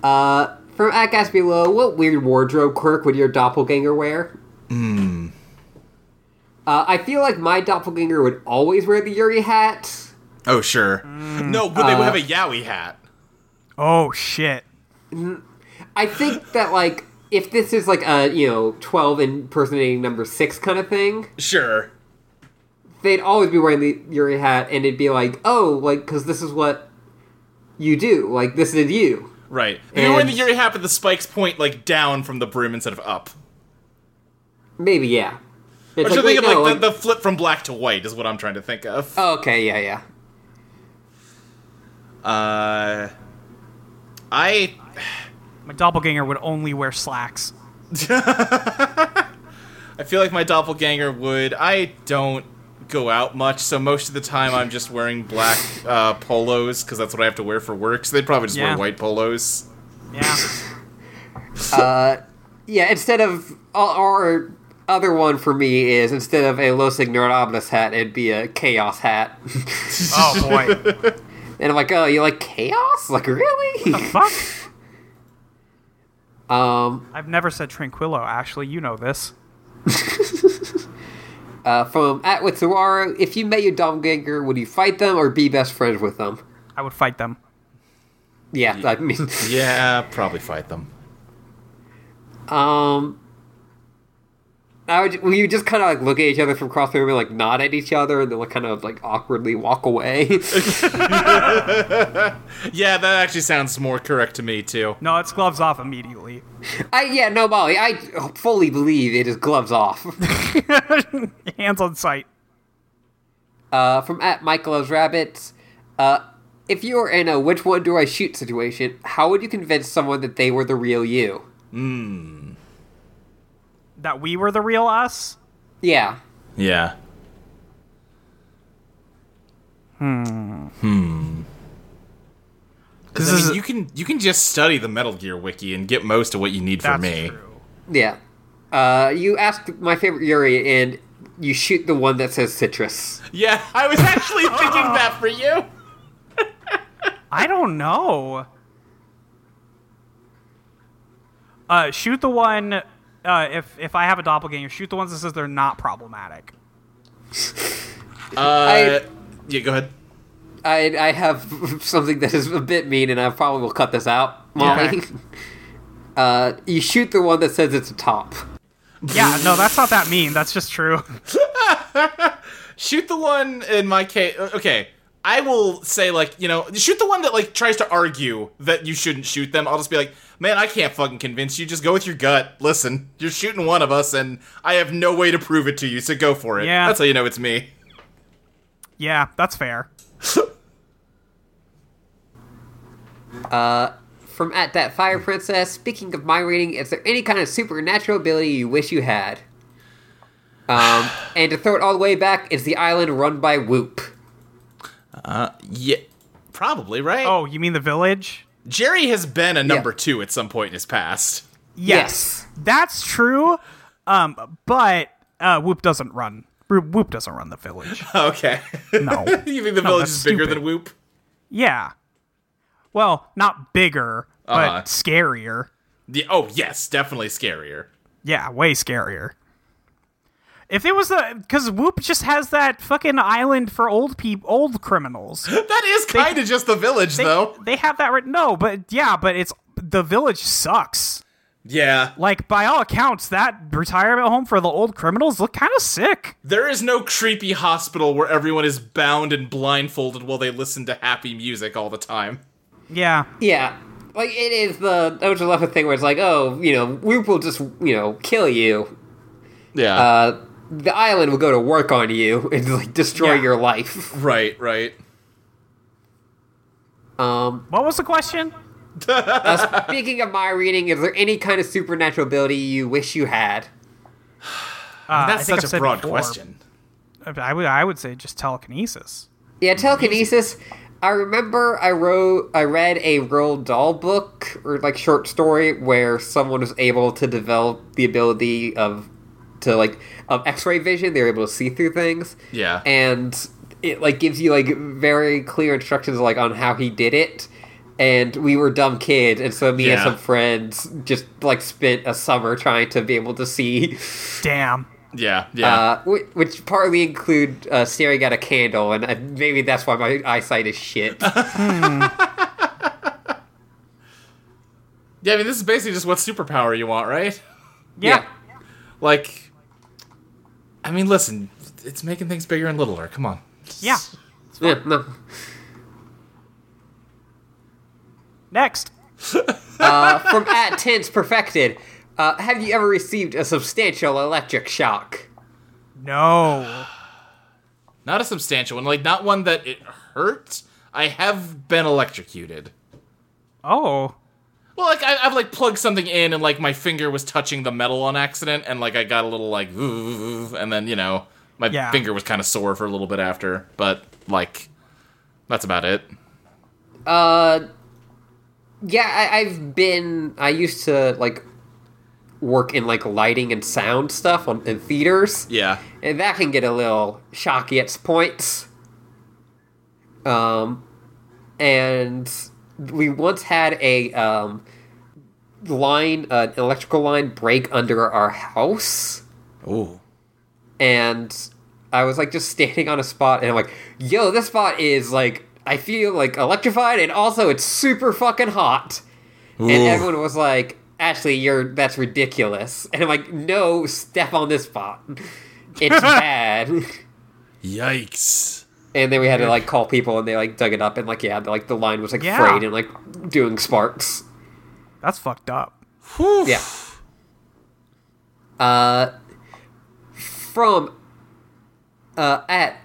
S1: From at Gas Below, what weird wardrobe quirk would your doppelganger wear? Hmm. Uh, I feel like my doppelganger would always wear the Yuri hat.
S3: Oh, sure. no, but they would have a Yowie hat.
S2: Oh shit.
S1: I think that like if this is like a you know twelve impersonating number six kind of thing,
S3: Sure.
S1: they'd always be wearing the Yuri hat, and it'd be like, oh, like because this is what you do, like this is you.
S3: Right. They were in
S1: And-
S3: the Yuri hat, but the spikes point, like, down from the brim instead of up.
S1: Maybe yeah.
S3: Or
S1: It's
S3: should think
S1: wait,
S3: of,
S1: no, Oh,
S3: like, the, the flip from black to white is what I'm trying to think of.
S1: okay, yeah, yeah.
S3: Uh... I...
S2: My doppelganger would only wear slacks.
S3: I feel like my doppelganger would. I don't go out much, so most of the time I'm just wearing black uh, polos because that's what I have to wear for work. So they'd probably just
S2: Yeah.
S3: wear white polos.
S2: Yeah.
S1: Yeah, instead of our- our other one for me is instead of a Los Ignorables hat, it'd be a chaos hat.
S2: oh boy.
S1: and I'm like, oh, you like chaos? Like really?
S2: Fuck.
S1: um,
S2: I've never said tranquillo, Ashley. You know this.
S1: uh, from at Witsuwara, if you met your doppelganger, would you fight them or be best friends with them?
S2: I would fight them.
S1: Yeah, I mean,
S3: Yeah, probably fight them.
S1: um. I would, we would just kind of like look at each other from across the room and like nod at each other and then like kind of like awkwardly walk away.
S3: Yeah, that actually sounds more correct to me too.
S2: No, it's gloves off immediately.
S1: I, yeah, no, Molly, I fully believe it is gloves off.
S2: Hands on sight.
S1: Uh, from at Michael's Rabbits, uh, if you were in a which one do I shoot situation, how would you convince someone that they were the real you?
S2: That we were the real us.
S1: Yeah.
S3: Yeah. Hmm. Hmm. Because
S2: This
S3: I
S2: is-
S3: mean, you can you can just study the Metal Gear wiki and get most of what you need for
S2: That's
S3: me.
S2: true.
S1: Yeah. Uh, you asked my favorite Yuri, and you shoot the one that says citrus.
S3: Yeah, I was actually thinking that for you.
S2: I don't know. Uh, shoot the one. Uh, if if I have a doppelganger, shoot the ones that says they're not problematic.
S3: Uh, yeah, go ahead.
S1: I, I have something that is a bit mean, and I probably will cut this out, Molly.
S2: Okay.
S1: uh, you shoot the one that says it's a top.
S2: Yeah, no, that's not that mean. That's just true.
S3: Shoot the one in my case. Okay, I will say like you know shoot the one that like tries to argue that you shouldn't shoot them. I'll just be like, man, I can't fucking convince you. Just go with your gut. Listen, you're shooting one of us, and I have no way to prove it to you. So go for it.
S2: Yeah.
S3: that's how you know it's me.
S2: Yeah, that's fair.
S1: From at that fire princess. Speaking of my reading, is there any kind of supernatural ability you wish you had? Um, and to throw it all the way back, is the island run by Whoop?
S3: Yeah, probably right.
S2: Oh, you mean the village?
S3: Jerry has been a number two at some point in his past.
S1: Yes.
S2: That's true. Um, but uh, Whoop doesn't run. Whoop doesn't run the village.
S3: Okay,
S2: No.
S3: you think the village
S2: that's
S3: is bigger
S2: stupid.
S3: than Whoop?
S2: yeah. Well, not bigger, but
S3: Uh-huh.
S2: scarier.
S3: Yeah, oh yes, definitely scarier.
S2: Yeah, way scarier. If it was the because Whoop just has that fucking island for old people, old criminals.
S3: That is kind of just the village
S2: They,
S3: though.
S2: they have that written. No, but yeah, but it's the village sucks.
S3: Yeah,
S2: Like by all accounts, that retirement home for the old criminals look kind of sick.
S3: There is no creepy hospital where everyone is bound and blindfolded while they listen to happy music all the time.
S2: Yeah,
S1: Yeah. Like, it is the Ocean Eleven thing where it's like, oh, you know, Whoop will just, you know, kill you.
S3: Yeah.
S1: Uh, the island will go to work on you and, like, destroy
S2: Yeah.
S1: your life.
S3: right, right.
S1: Um,
S2: What was the question?
S1: Uh, speaking of my reading, is there any kind of supernatural ability you wish you had?
S2: Uh, I
S3: That's
S2: think I've
S3: such a
S2: said
S3: broad
S2: before.
S3: question.
S2: I would I would say just telekinesis.
S1: Yeah, telekinesis. I remember I wrote, I read a Roald Dahl book or like short story where someone was able to develop the ability of to like of X-ray vision. They were able to see through things.
S3: Yeah.
S1: and it like gives you like very clear instructions like on how he did it. And we were dumb kids, and so me and
S3: Yeah.
S1: some friends just like spent a summer trying to be able to see
S2: Damn.
S3: Yeah, yeah.
S1: Uh, whi- which partly include uh, staring at a candle, and uh, maybe that's why my eyesight is shit.
S3: yeah, I mean, this is basically just what superpower you want, right?
S2: Yeah.
S3: Like, I mean, listen, it's making things bigger and littler. Come on.
S2: Yeah.
S1: Yeah, no.
S2: Next.
S1: Uh, from at tense perfected, uh, have you ever received a substantial electric shock?
S2: No.
S3: Not a substantial one, like, not one that it hurt. I have been electrocuted.
S2: Oh.
S3: Well, like I, I've like plugged something in, and like my finger was touching the metal on accident, and like I got a little like, and then you know my
S2: Yeah.
S3: finger was kind of sore for a little bit after, but like that's about it.
S1: Uh, yeah, I, I've been. I used to like work in like lighting and sound stuff on in theaters.
S3: Yeah,
S1: And that can get a little shocky at points. Um, and we once had a um, line, an electrical line break under our house.
S3: Ooh.
S1: And I was like just standing on a spot and I'm like, yo, this spot is like, I feel like electrified and also it's super fucking hot. And everyone was like, Ashley, you're that's ridiculous. And I'm like, no, step on this spot. It's bad.
S3: yikes!
S1: And then we had to like call people, and they like dug it up, and like yeah, the, like the line was like
S2: Yeah.
S1: frayed and like doing sparks.
S2: That's fucked up.
S3: Whew.
S1: Yeah. Uh, from uh at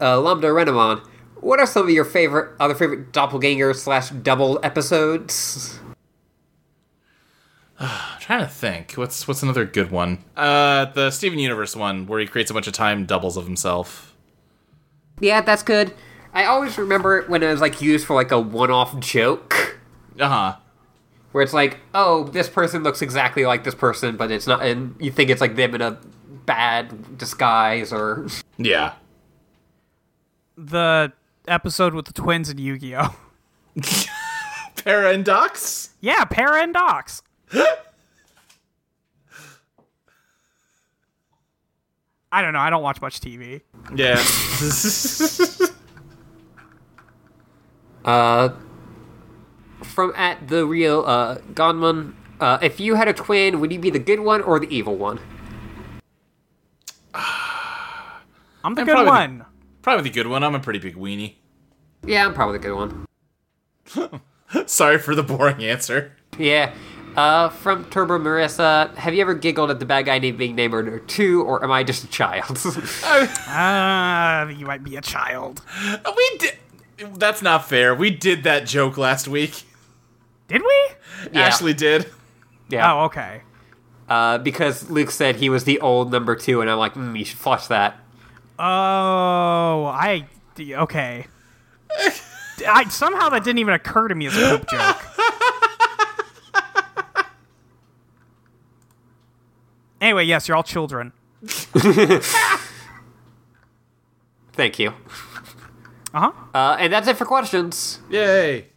S1: uh, Lambda Renamon, what are some of your favorite other favorite doppelganger slash double episodes?
S3: I'm trying to think. What's what's another good one? Uh, the Steven Universe one where he creates a bunch of time doubles of himself.
S1: Yeah, that's good. I always remember it when it was like used for like a one-off joke.
S3: Uh huh.
S1: where it's like, oh, this person looks exactly like this person, but it's not, and you think it's like them in a bad disguise or
S3: Yeah.
S2: The episode with the twins and Yu-Gi-Oh.
S3: Para and Docs.
S2: Yeah, Para and Dox. I don't know. I don't watch much TV.
S3: Yeah.
S1: from at the real uh, Gonman. Uh, if you had a twin, would you be the good one or the evil one?
S2: I'm the good
S3: I'm probably the-
S2: one.
S3: Probably the good one. I'm a pretty big weenie.
S1: Yeah, I'm probably the good one.
S3: Sorry for the boring answer.
S1: Yeah. Uh, from Turbo Marissa, have you ever giggled at the bad guy name being named Murder 2, or am I just a child?
S2: Ah, you might be a child.
S3: We did. That's not fair. We did that joke last week.
S2: Did we?
S1: Yeah.
S3: Ashley did.
S1: yeah.
S2: Oh, okay.
S1: Uh, because Luke said he was the old number 2, and I'm like, mm, you should flush that.
S2: Oh, I d- okay. I, somehow that didn't even occur to me as a poop joke. anyway, yes, you're all children.
S1: Thank you.
S2: Uh-huh.
S1: Uh, and that's it for questions.
S3: Yay.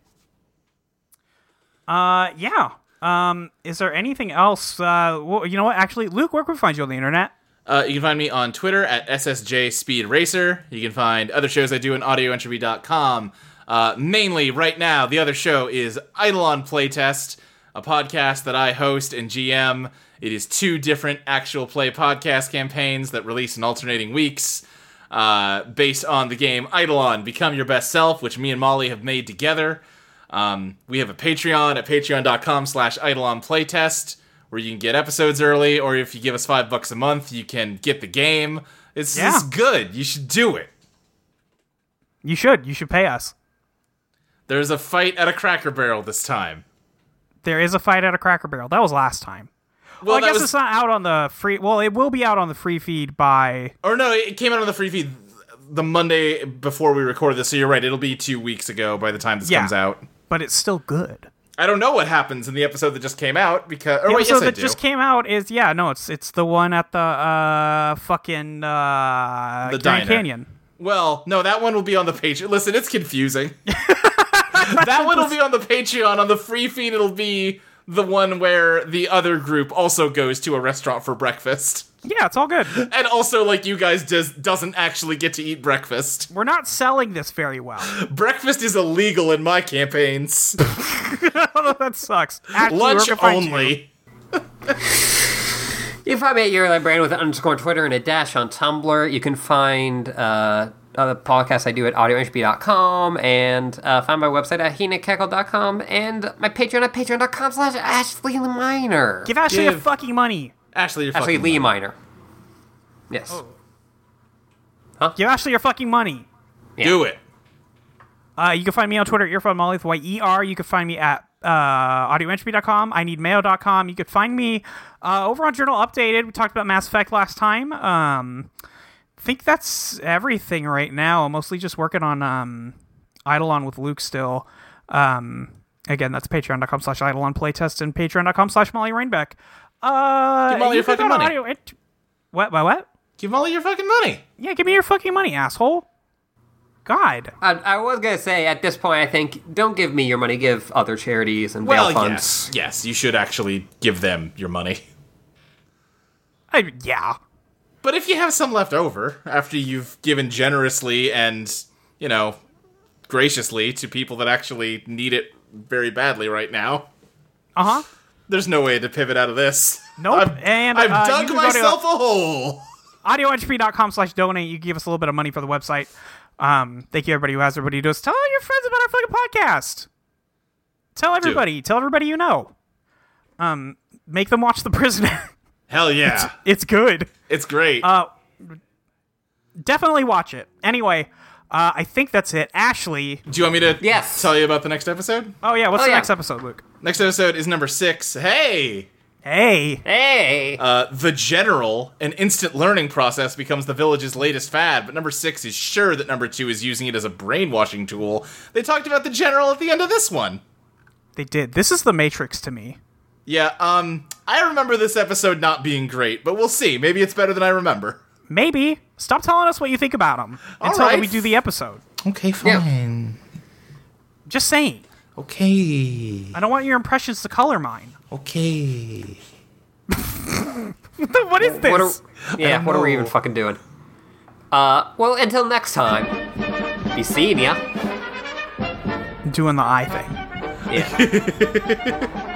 S2: Uh yeah. Um, is there anything else? Uh, well, you know what? Actually, Luke, where can we find you on the internet?
S3: Uh, you can find me on Twitter at SSJ Speed Racer. You can find other shows I do on audioentropy.com. Uh, mainly right now, the other show is Eidolon Playtest, a podcast that I host and GM. It is two different actual play podcast campaigns that release in alternating weeks uh, based on the game Eidolon Become Your Best Self, which me and Molly have made together. Um, we have a Patreon at patreon.com slash Eidolon Playtest where you can get episodes early, or if you give us five bucks a month, you can get the game. It's,
S2: Yeah.
S3: it's good. You should do it.
S2: You should. You should pay us.
S3: There's a fight at a Cracker Barrel this time.
S2: There is a fight at a Cracker Barrel. That was last time. Well,
S3: that
S2: I guess
S3: was-
S2: it's not out on the free. Well, it will be out on the free feed by.
S3: Or no, it came out on the free feed the Monday before we recorded this, so you're right. It'll be two weeks ago by the time this
S2: Yeah.
S3: comes out.
S2: But it's still good.
S3: I don't know what happens in the episode that just came out because.
S2: The
S3: Or Oh, wait,
S2: episode
S3: yes, I
S2: that
S3: do.
S2: just came out is yeah no it's it's the one at the uh fucking uh
S3: The
S2: Grand
S3: diner.
S2: Canyon.
S3: Well, no, that one will be on the Patreon. Listen, it's confusing. that one will be on the Patreon. On the free feed, it'll be the one where the other group also goes to a restaurant for breakfast.
S2: Yeah, it's all good.
S3: And also, like, you guys just doesn't actually get to eat breakfast.
S2: We're not selling this very well.
S3: Breakfast is illegal in my campaigns.
S2: that sucks. Actually, where
S3: Lunch
S2: can I find you?
S3: only.
S1: You can find me at Your Brand with an underscore on Twitter and a dash on Tumblr. You can find uh, other podcasts I do at audioentropy.com and uh, find my website at heenakeckle.com and my Patreon at patreon.com slash Ashley Minor.
S2: Give Ashley a
S3: Give-
S2: fucking money.
S3: Ashley, you're
S1: Ashley
S3: fucking Oh.
S1: Lee Minor. Yes.
S2: Give Ashley your fucking money.
S3: Do it.
S2: Uh, you can find me on Twitter, earphone Molly with Y E R. You can find me at uh, audioentropy.com, I need mayo.com. You could find me uh, over on Journal Updated. We talked about Mass Effect last time. Um, think that's everything right now. I'm mostly just working on um, Eidolon with Luke still. Um, again, that's patreon.com slash Eidolon playtest and patreon.com slash Molly Rainbeck. Uh,
S3: Give Molly
S2: you
S3: your
S2: can
S3: fucking
S2: go to
S3: money.
S2: audio ent- what, what, what?
S3: Give Molly your fucking money.
S2: Yeah, give me your fucking money, asshole. God.
S1: I, I was going to say, at this point, I think, don't give me your money, give other charities and bail
S3: Well,
S1: funds.
S3: yes. Yes, you should actually give them your money.
S2: I, yeah.
S3: But if you have some left over after you've given generously and, you know, graciously to people that actually need it very badly right now,
S2: Uh huh.
S3: there's no way to pivot out of this.
S2: Nope,
S3: I've,
S2: and,
S3: I've
S2: uh, you
S3: dug
S2: can go to-
S3: myself a hole.
S2: audioentropy.com slash donate you can give us a little bit of money for the website um thank you everybody who has everybody who does tell all your friends about our fucking podcast tell everybody tell everybody you know um make them watch the prisoner
S3: Hell yeah.
S2: it's Uh, good
S3: it's great.
S2: definitely watch it anyway uh i think that's it ashley
S3: Do you want me to
S1: Yes.
S3: tell you about the next episode?
S2: oh yeah what's
S1: Oh,
S2: the
S1: yeah.
S2: next episode luke
S3: Next episode is number six. Hey!
S2: hey
S1: Hey!
S3: Uh, the General, an instant learning process, becomes the village's latest fad, but number six is sure that number two is using it as a brainwashing tool. They talked about the General at the end of this one.
S2: they did this is the matrix to me
S3: Yeah, um, I remember this episode not being great, but we'll see. Maybe it's better than I remember.
S2: maybe stop telling us what you think about them until
S3: right.
S2: we do the episode
S3: Okay, fine.
S2: just saying
S3: Okay.
S2: i don't want your impressions to color mine
S3: Okay.
S2: what is this
S1: What are, yeah,
S3: don't
S1: what are we
S3: know.
S1: even fucking doing? Uh, well, until next time, be seeing ya.
S2: doing the eye thing
S1: Yeah.